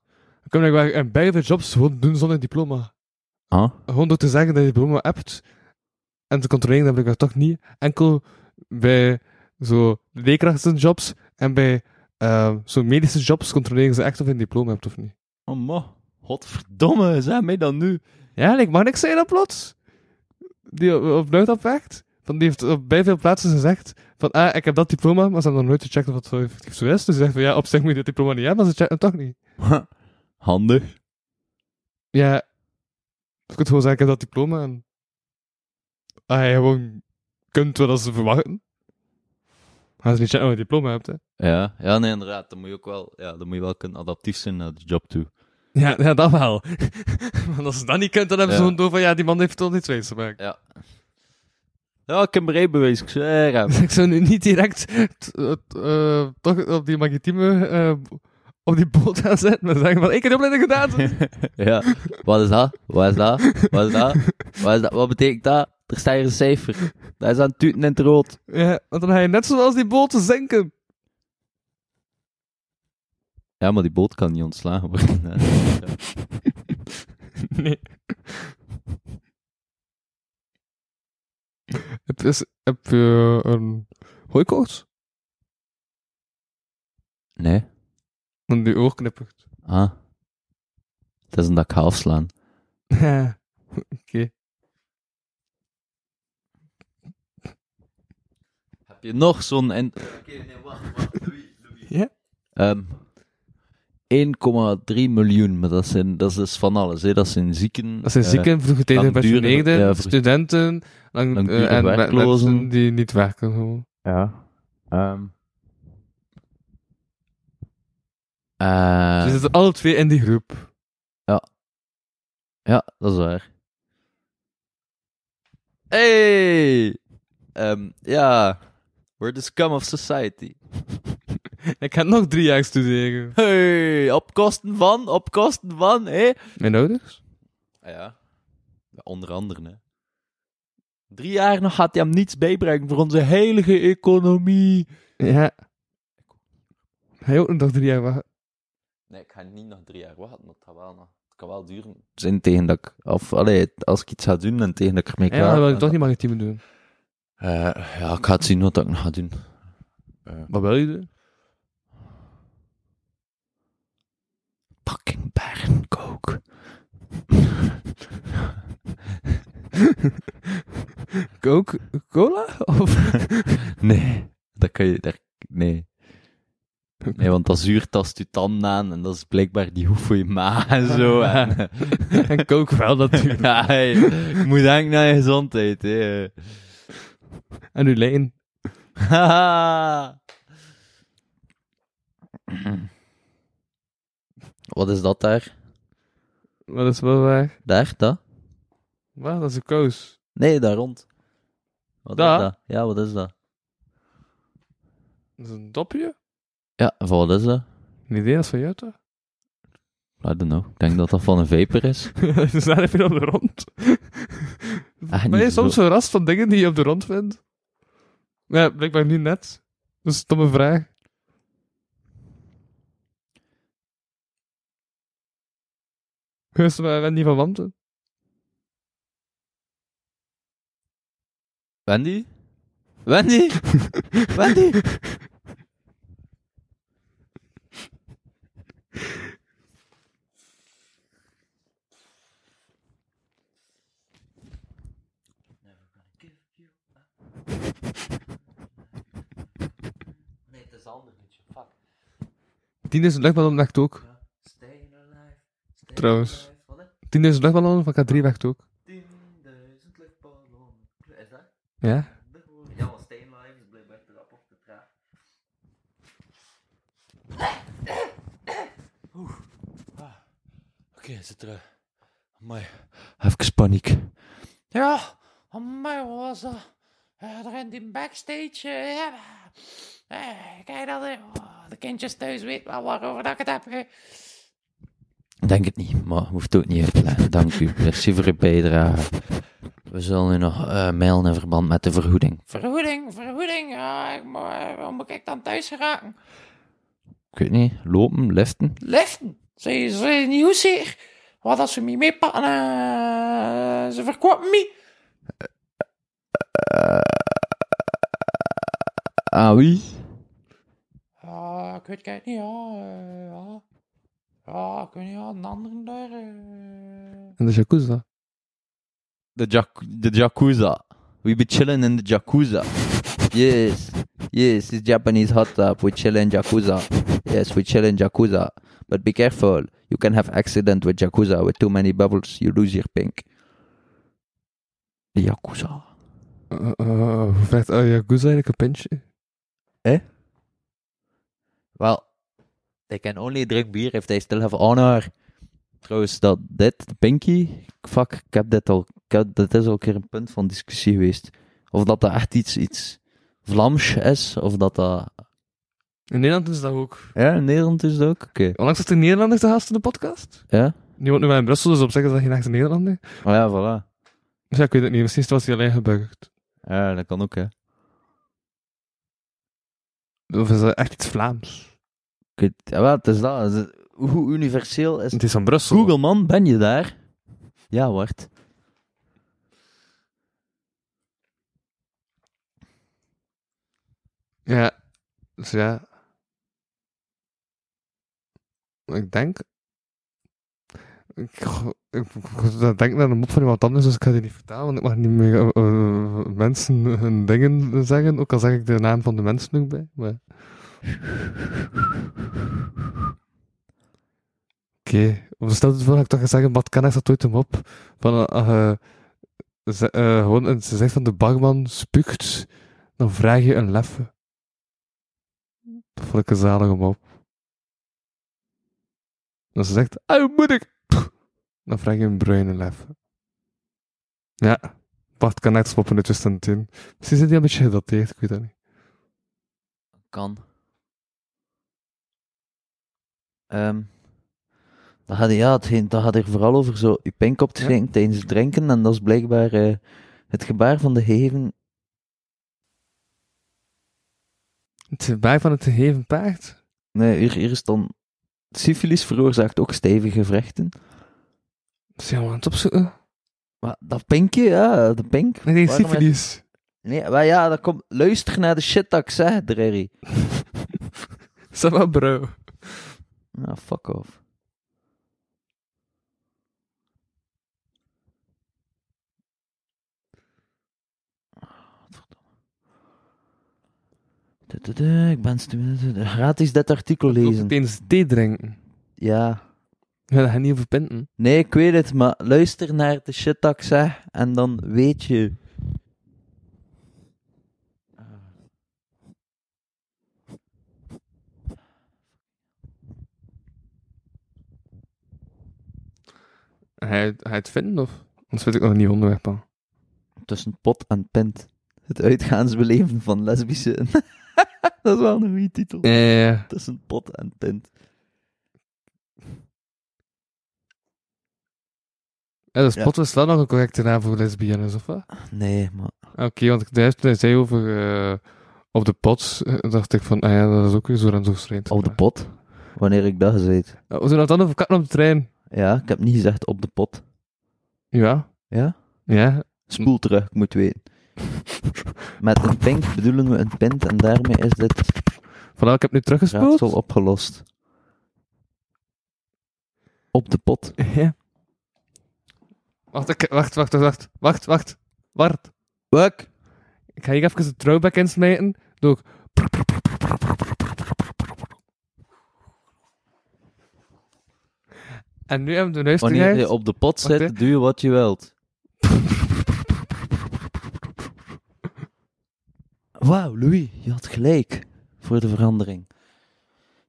C: Ik kan eigenlijk in beide jobs gewoon doen zonder diploma.
D: Ah?
C: Gewoon door te zeggen dat je diploma hebt en te controleren, dat heb ik dat toch niet. Enkel bij zo leerkrachtenjobs en bij ehm zo medische jobs controleren ze echt of je een diploma hebt of niet.
D: Oh ma, godverdomme, zeg mij dan nu.
C: Ja, ik mag niks zeggen dat plots. Die op, op nooit opwekt. Van die heeft op bij veel plaatsen gezegd van, ah, ik heb dat diploma, maar ze hebben nog nooit gecheckt of dat zo effectief zo is. Dus ze zeggen van, ja, op zich moet je dat diploma niet hebben, maar ze checken het toch niet.
D: Handig.
C: Ja, ik kunt gewoon zeggen, ik heb dat diploma en... Ah, je gewoon kunt wat ze verwachten. Gaan ze niet checken of je een diploma hebt, hè.
D: Ja, ja, nee, inderdaad. Dan moet je ook wel, ja, dan moet je wel kunnen adaptief zijn naar de job toe.
C: Ja, ja dat wel. (laughs) Want als ze dat niet kunt, dan hebben ze
D: Ja.
C: gewoon door van, ja, die man heeft toch niets wijs te maken.
D: Ja. Ja, ik heb een rijbewijs, ik zweer hem.
C: Dus (laughs) ik zou nu niet direct t- t- eh, toch op die maritieme eh, op die boot gaan zetten en zeggen van ik heb de opleiding (laughs) gedaan.
D: (laughs) ja, wat is dat? Wat is dat? Wat is dat? Wat, is dat? wat betekent dat? Er staat hier een cijfer. Dat is aan het tuten in het rood.
C: ja, want dan ga je net zoals die boten zinken.
D: Ja, maar die boot kan niet ontslagen worden. hè.
C: Nee. heb, is, heb je een hooikoorts?
D: (laughs) Nee.
C: En die oor (laughs) knippert.
D: Ah. Het is een dak half slaan.
C: Ja. Oké.
D: Heb je nog zo'n... in- Oké, nee, wacht, wacht. Louis, Louis.
C: Ja?
D: Ehm, 1,3 miljoen, maar dat, zijn, dat is dus van alles. Hè. Dat zijn zieken.
C: Dat zijn
D: eh,
C: zieken, vroege tijden
D: langdurig-
C: pensioneerden,
D: ja, vroeg-
C: studenten lang,
D: langdurig
C: eh, en me-
D: werklozen.
C: mensen die niet werken. Gewoon.
D: Ja. Ehm. Eh, Ah. Dus
C: Ze zitten alle twee in die groep.
D: Ja, dat is waar. Hey! Ehm, ja. We're the scum of society.
C: Ik ga nog drie jaar studeren.
D: Hey, op kosten van, op kosten van, hé?
C: Mijn ouders?
D: Ja. Onder andere, hè. Drie jaar nog gaat hij hem niets bijbrengen voor onze heilige economie.
C: Ja. Hij ook nog drie jaar wachten.
D: Nee, ik ga niet nog drie jaar wachten, dat gaat wel nog. Het kan wel duren. Zijn tegen dat ik, of allee, als ik iets ga doen en tegen dat ik ermee
C: Ja, maar dan wil je toch niet maritiem doen.
D: Eh, ja, ik ga het zien wat ik nog ga doen.
C: Wat wil je doen?
D: Fucking (laughs) Bernkook.
C: Coca-Cola? Of...
D: (laughs) Nee, dat kan je daar. Nee. Nee, want dat zuur tast je tanden aan en dat is blijkbaar die hoef voor je ma en (laughs) zo. Ah. En, (laughs)
C: en Coke wel natuurlijk.
D: ja, hey, je moet denken naar je gezondheid. hè.
C: En uw lijn.
D: (laughs) Wat is dat daar?
C: Wat is wel waar?
D: Daar, dat?
C: Wat? Dat is een kous.
D: Nee, daar rond. Wat
C: Daar?
D: is dat? Ja, wat is dat?
C: Dat is een dopje?
D: Ja, en voor wat is dat?
C: Een idee, dat is van jou toch?
D: I don't know. Ik denk dat dat van een vapor is.
C: (laughs) dus daar heb je op de rond.
D: Ah,
C: ben je
D: niet
C: soms
D: zo.
C: verrast van dingen die je op de rond vindt? Ja, blijkbaar niet net. Dat is een stomme vraag. Geus, maar ben niet van wanten.
D: Wendy? (laughs) Wendy? Wendy? Nee, het is anders. Fuck.
C: Tien is een luchtballon weg ook.
D: Stay alive. Stay
C: Trouwens.
D: alive. Wat, hè?
C: Tien is een luchtballon van K3 weg ook.
D: 10.000 luchtballonnen. Is dat?
C: Ja?
D: Ja, want Stay Alive is blijkbaar te rap of te traag. Oké, zit er. Amai. Even paniek.
E: Ja,
B: oh
E: amai, wat was dat? Eh, er in die backstage. eh, ja. Eh, kijk dat. eh, oh, de kindjes thuis weten wel waarover dat ik het heb. eh.
D: Denk het niet, maar hoeft ook niet uit te leggen. Dank u. Merci voor uw bijdrage. We zullen u nog eh, mailen in verband met de vergoeding.
E: Vergoeding, vergoeding. Ja, ik, moet- eh, hoe moet ik dan thuis geraken?
D: Ik weet niet, lopen, liften?
E: Liften. Ze zijn niet hoezeer. Wat als ze me meepakken? eh, ze verkopen me.
D: Ah oui?
E: Ja, ik weet het niet. Ja, eh, ja. ja, ik weet niet. Ja, een andere daar. eh.
C: En de jacuzzi.
D: De, jac de jacuzza. We be chilling in the jacuzza. Yes. Yes, it's Japanese hot tub. We chill in jacuzza. Yes, we chill in jacuzza. But be careful. You can have accident with jacuzza. With too many bubbles, you lose your pink. De jacuzza.
C: Uh, uh, hoe vraagt oh, jacuzzi eigenlijk een pintje?
D: Well, they can only drink beer if they still have honor. Trouwens, dat dit, de pinky, fuck, ik heb dit al, ik heb- dit is al een keer een punt van discussie geweest. Of dat dat echt iets, iets Vlaams is, of dat dat...
C: In Nederland is dat ook.
D: Ja, in Nederland is dat ook, oké.
C: Onlangs had de Nederlander te gast in de podcast.
D: Ja?
C: Die woont nu wel in Brussel, dus op zich is dat geen echte Nederlander.
D: Oh ja, voilà.
C: Dus ja, ik weet het niet. Misschien is het was hij alleen gebukt.
D: Ja, dat kan ook, hè.
C: Of is dat echt iets Vlaams?
D: Ik weet- ja, wel, het is dat. het is- Hoe universeel is het?
C: Het is van Brussel.
D: Google, man, ben je daar? Ja, Wart.
C: Ja. Dus ja. Ik denk... Ik, goh, ik, ik- ik denk naar de mop van iemand anders, dus ik ga die niet vertalen, want ik mag niet meer eh, eh, mensen hun dingen zeggen. Ook al zeg ik de naam van de mensen ook bij. Maar... Oké, of stel je voor dat ik toch ga zeggen, wat kan ik dat ooit hem op? Van, eh, eh, ze- eh, gewoon, een- ze zegt van de barman spuugt, dan vraag je een leffe. Dat vond ik een zalige mop. En ze zegt, "Ah, au moedig, (laughs) dan vraag je een bruine leffe. Ja, Bart kan net stoppen in 2010. Misschien zit hij een beetje gedateerd, ik weet dat niet.
D: Kan. Ehm dan gaat, hij- ja, het ging, dat gaat er vooral over zo je pink op te
C: Ja.
D: schenken tijdens het drinken. En dat is blijkbaar eh, het gebaar van de gegeven...
C: Het bij van het gegeven paard.
D: Nee, hier, hier is dan... Syfilis veroorzaakt ook stevige vrechten.
C: Zijn we aan het opzoeken?
D: Maar dat pinkje, ja, de pink.
C: Nee, nee,
D: Waarom is-
C: syfilis.
D: Nee, maar ja, dat komt... Luister naar de shit dat ik zeg, Drerry.
C: Zeg maar, bro.
D: Ah, fuck off. Tududu, Ik ben stu- tududu. gratis dit artikel lezen.
C: Ook eens thee drinken.
D: Ja.
C: Ja, dat gaat niet over pinten.
D: Nee, ik weet het, maar luister naar de shit dat ik zeg en dan weet je.
C: Ga je, ga je het vinden, of? Anders weet ik nog niet onderweg, pa.
D: Tussen pot en pint. Het uitgaansbeleven van lesbische... (laughs) dat is wel een goede titel.
C: Eh,
D: Tussen pot en pint.
C: ja, dus
D: Ja.
C: pot is wel nog een correcte naam voor lesbiennes, of wat?
D: Nee, maar...
C: Oké, want ik dacht, hij zei over... eh, op de pot, eh, dacht ik van, ah ja, dat is ook weer zo en zo strijd.
D: Op de pot? Wanneer ik dat gezegd?
C: Ja, Oh, we doen dat dan over katten op de trein.
D: Ja, ik heb niet gezegd op de pot.
C: Ja.
D: Ja?
C: Ja.
D: Spoel terug, ik moet weten. Met een pink bedoelen we een pint en daarmee is dit
C: Vandaar, ik heb nu teruggespoeld.
D: raadsel opgelost. Op de pot.
C: Ja. Wacht, ik, wacht, wacht, wacht, wacht, wacht, wacht.
D: Wak!
C: Ik ga hier even de throwback insmijten. Doe ik. En nu hebben we de
D: Wanneer je
C: luisteraars.
D: op de pot
C: Wacht,
D: zit, doe je wat je wilt. Wauw, Louis, je had gelijk. Voor de verandering.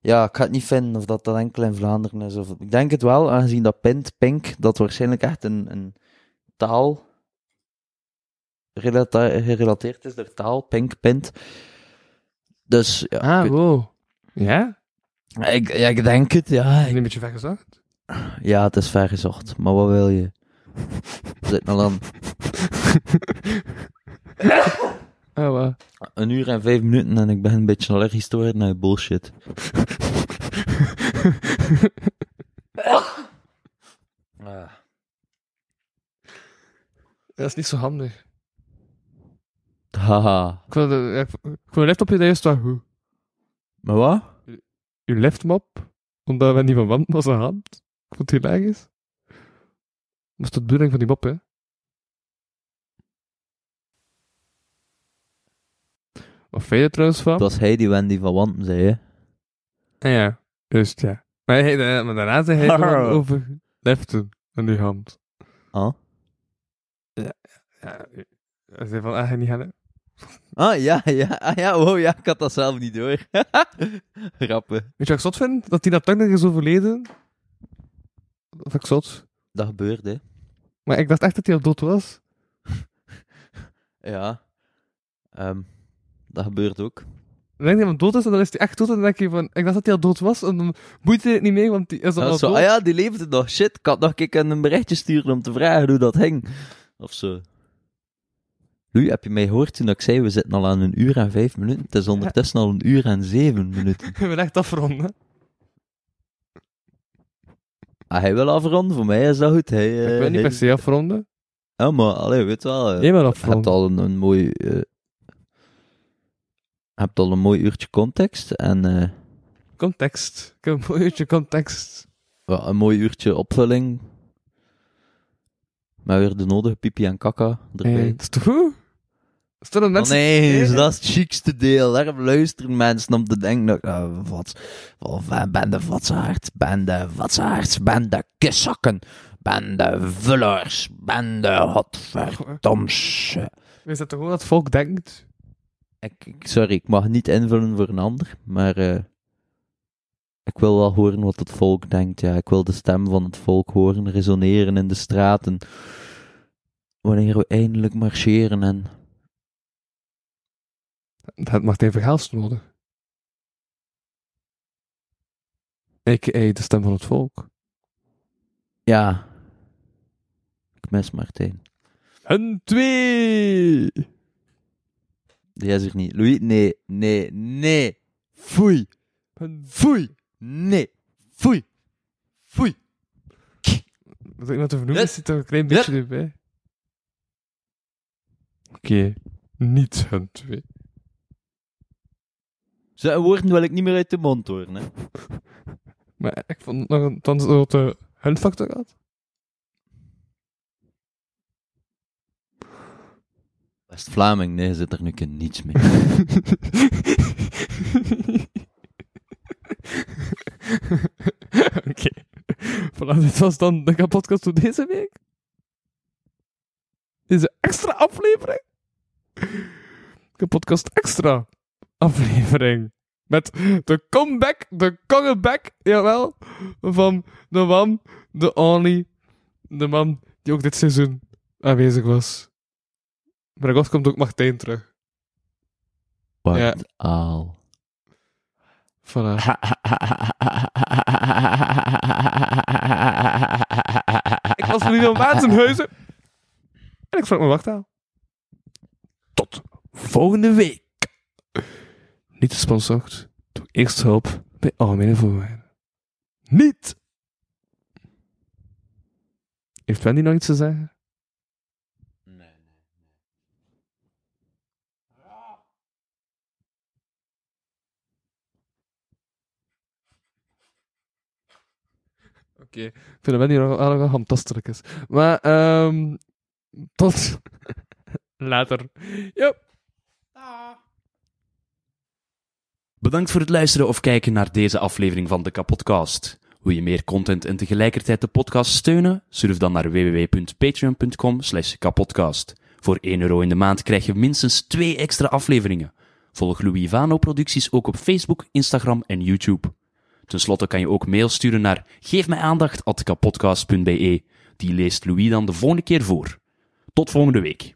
D: Ja, ik ga het niet vinden of dat, dat enkel in Vlaanderen is. Of... Ik denk het wel, aangezien dat pint, pink, dat waarschijnlijk echt een, een taal relata- gerelateerd is door taal, pink, pint. Dus ja,
C: Ah,
D: ik,
C: wow. Ja?
D: ik, ja, ik denk het, ja.
C: Heb je een beetje weggezacht?
D: Ja, het is ver gezocht, maar wat wil je? (laughs) Zit nou dan Ah,
C: Oh, wow.
D: een uur en vijf minuten en ik ben een beetje allergisch te worden naar je bullshit.
C: Dat is niet zo handig.
D: (laughs) Haha.
C: Ik wil, de, ik, ik wil een lift op je eerst wel goed.
D: Maar wat?
C: Je liftmap, omdat we niet van wand was aan hand. Ik vond het hilarisch. Dat is de bedoeling van die mop, hè? Wat vind je er trouwens van?
D: Het was hij die Wendy van Wanten zei, hè?
C: Ah ja, juist, ja. Maar, hij, eh, maar daarna zei hij gewoon over leften aan die hand.
D: Ah?
C: Ja, hij zei van, ah, hij niet gaan, hè?
D: Ah, ja, ja, ah, ja, wow, ja, ik had dat zelf niet door. (laughs) Grappen.
C: Weet je wat ik zot vind? Dat Tina Turner is overleden. Dat vind ik zot.
D: Dat gebeurde,
C: Maar ik dacht echt dat hij al dood was.
D: hè? Ja. Ehm, dat gebeurt ook.
C: Dan denk je dat hij dood is en dan is hij echt dood. En dan denk je van, ik dacht dat hij al dood was. En dan boeit hij het niet mee, want die is dan
D: Ah,
C: al
D: zo,
C: dood.
D: ah
C: (laughs)
D: ja, die leefde nog. Shit, ik had nog een keer een berichtje sturen om te vragen hoe dat ging. Of zo. Louis, heb je mij gehoord toen ik zei, we zitten al aan een uur en vijf minuten. Het is ondertussen al een uur en zeven
C: (laughs)
D: minuten.
C: Ik ben echt afronden.
D: Ah, hij wil afronden, voor mij is dat goed. Hij, eh,
C: ik wil niet
D: hij-
C: per se afronden.
D: Ja, maar, allee, weet wel. eh,
C: Jij wel
D: je hebt
C: afronden.
D: al een, een mooi... eh, je hebt al een mooi uurtje context en eh,
C: Context. Ik heb een mooi uurtje context.
D: wel, een mooi uurtje opvulling. Maar weer de nodige pipi en kaka erbij.
C: Hey, dat Eh, is toch goed? Is dat een
D: Oh,
C: mensen...
D: nee, dus dat is het chicste deel. Daarom luisteren mensen om te denken dat eh, wat, of, eh, ben de vatsaard, ben de vatsaard, ben de kissakken, ben de vullers, ben de godverdoms.
C: Is dat toch gewoon wat het volk denkt?
D: Ik, ik- sorry, ik mag niet invullen voor een ander, maar eh, ik wil wel horen wat het volk denkt. Ja. Ik wil de stem van het volk horen resoneren in de straten. Wanneer we eindelijk marcheren en
C: Dat mag even Verhelst nodig. A.k.a. de stem van het volk.
D: Ja. Ik mis Martijn.
C: En twee!
D: Die is er niet. Louis, nee, nee, nee. Foei,
C: En...
D: foei, nee, foei, foei.
C: Als iemand te vernoemen
D: Yes.
C: is, zit er een klein beetje erbij. Oké. Niet hun twee.
D: Zijn woorden wil ik niet meer uit de mond horen. Hè.
C: Maar ik vond het nog een dan zo dat de hun factor had.
D: West-Vlaming, nee, zit er nu keer niets (laughs) mee.
C: (laughs) Oké. Voilà, dit was dan de podcast voor deze week. Deze extra aflevering. De podcast extra aflevering. Met de comeback, de comeback, jawel, van de Wam, de Only, de man die ook dit seizoen aanwezig was. Maar God komt ook Martijn terug.
D: Wat
C: Ja.
D: al.
C: Voilà. Ik was van Lino Maatsenhuizen. En ik vraag mijn wachttaal. Tot volgende week. Niet te sponsord. Doe eerst hulp bij algemene voorwaarden. Niet! Heeft Wendy nog iets te zeggen? Oké, ik vind dat Wendy nog nog wel handtastelijk is. Maar, ehm tot later. Yep.
F: Bedankt voor het luisteren of kijken naar deze aflevering van de Kapodcast. Wil je meer content en tegelijkertijd de podcast steunen? Surf dan naar www.patreon.com slash kapodcast. Voor 1 euro in de maand krijg je minstens 2 extra afleveringen. Volg Louis Vano producties ook op Facebook, Instagram en YouTube. Ten slotte kan je ook mail sturen naar geefmijaandacht.kapodcast.be. Die leest Louis dan de volgende keer voor. Tot volgende week.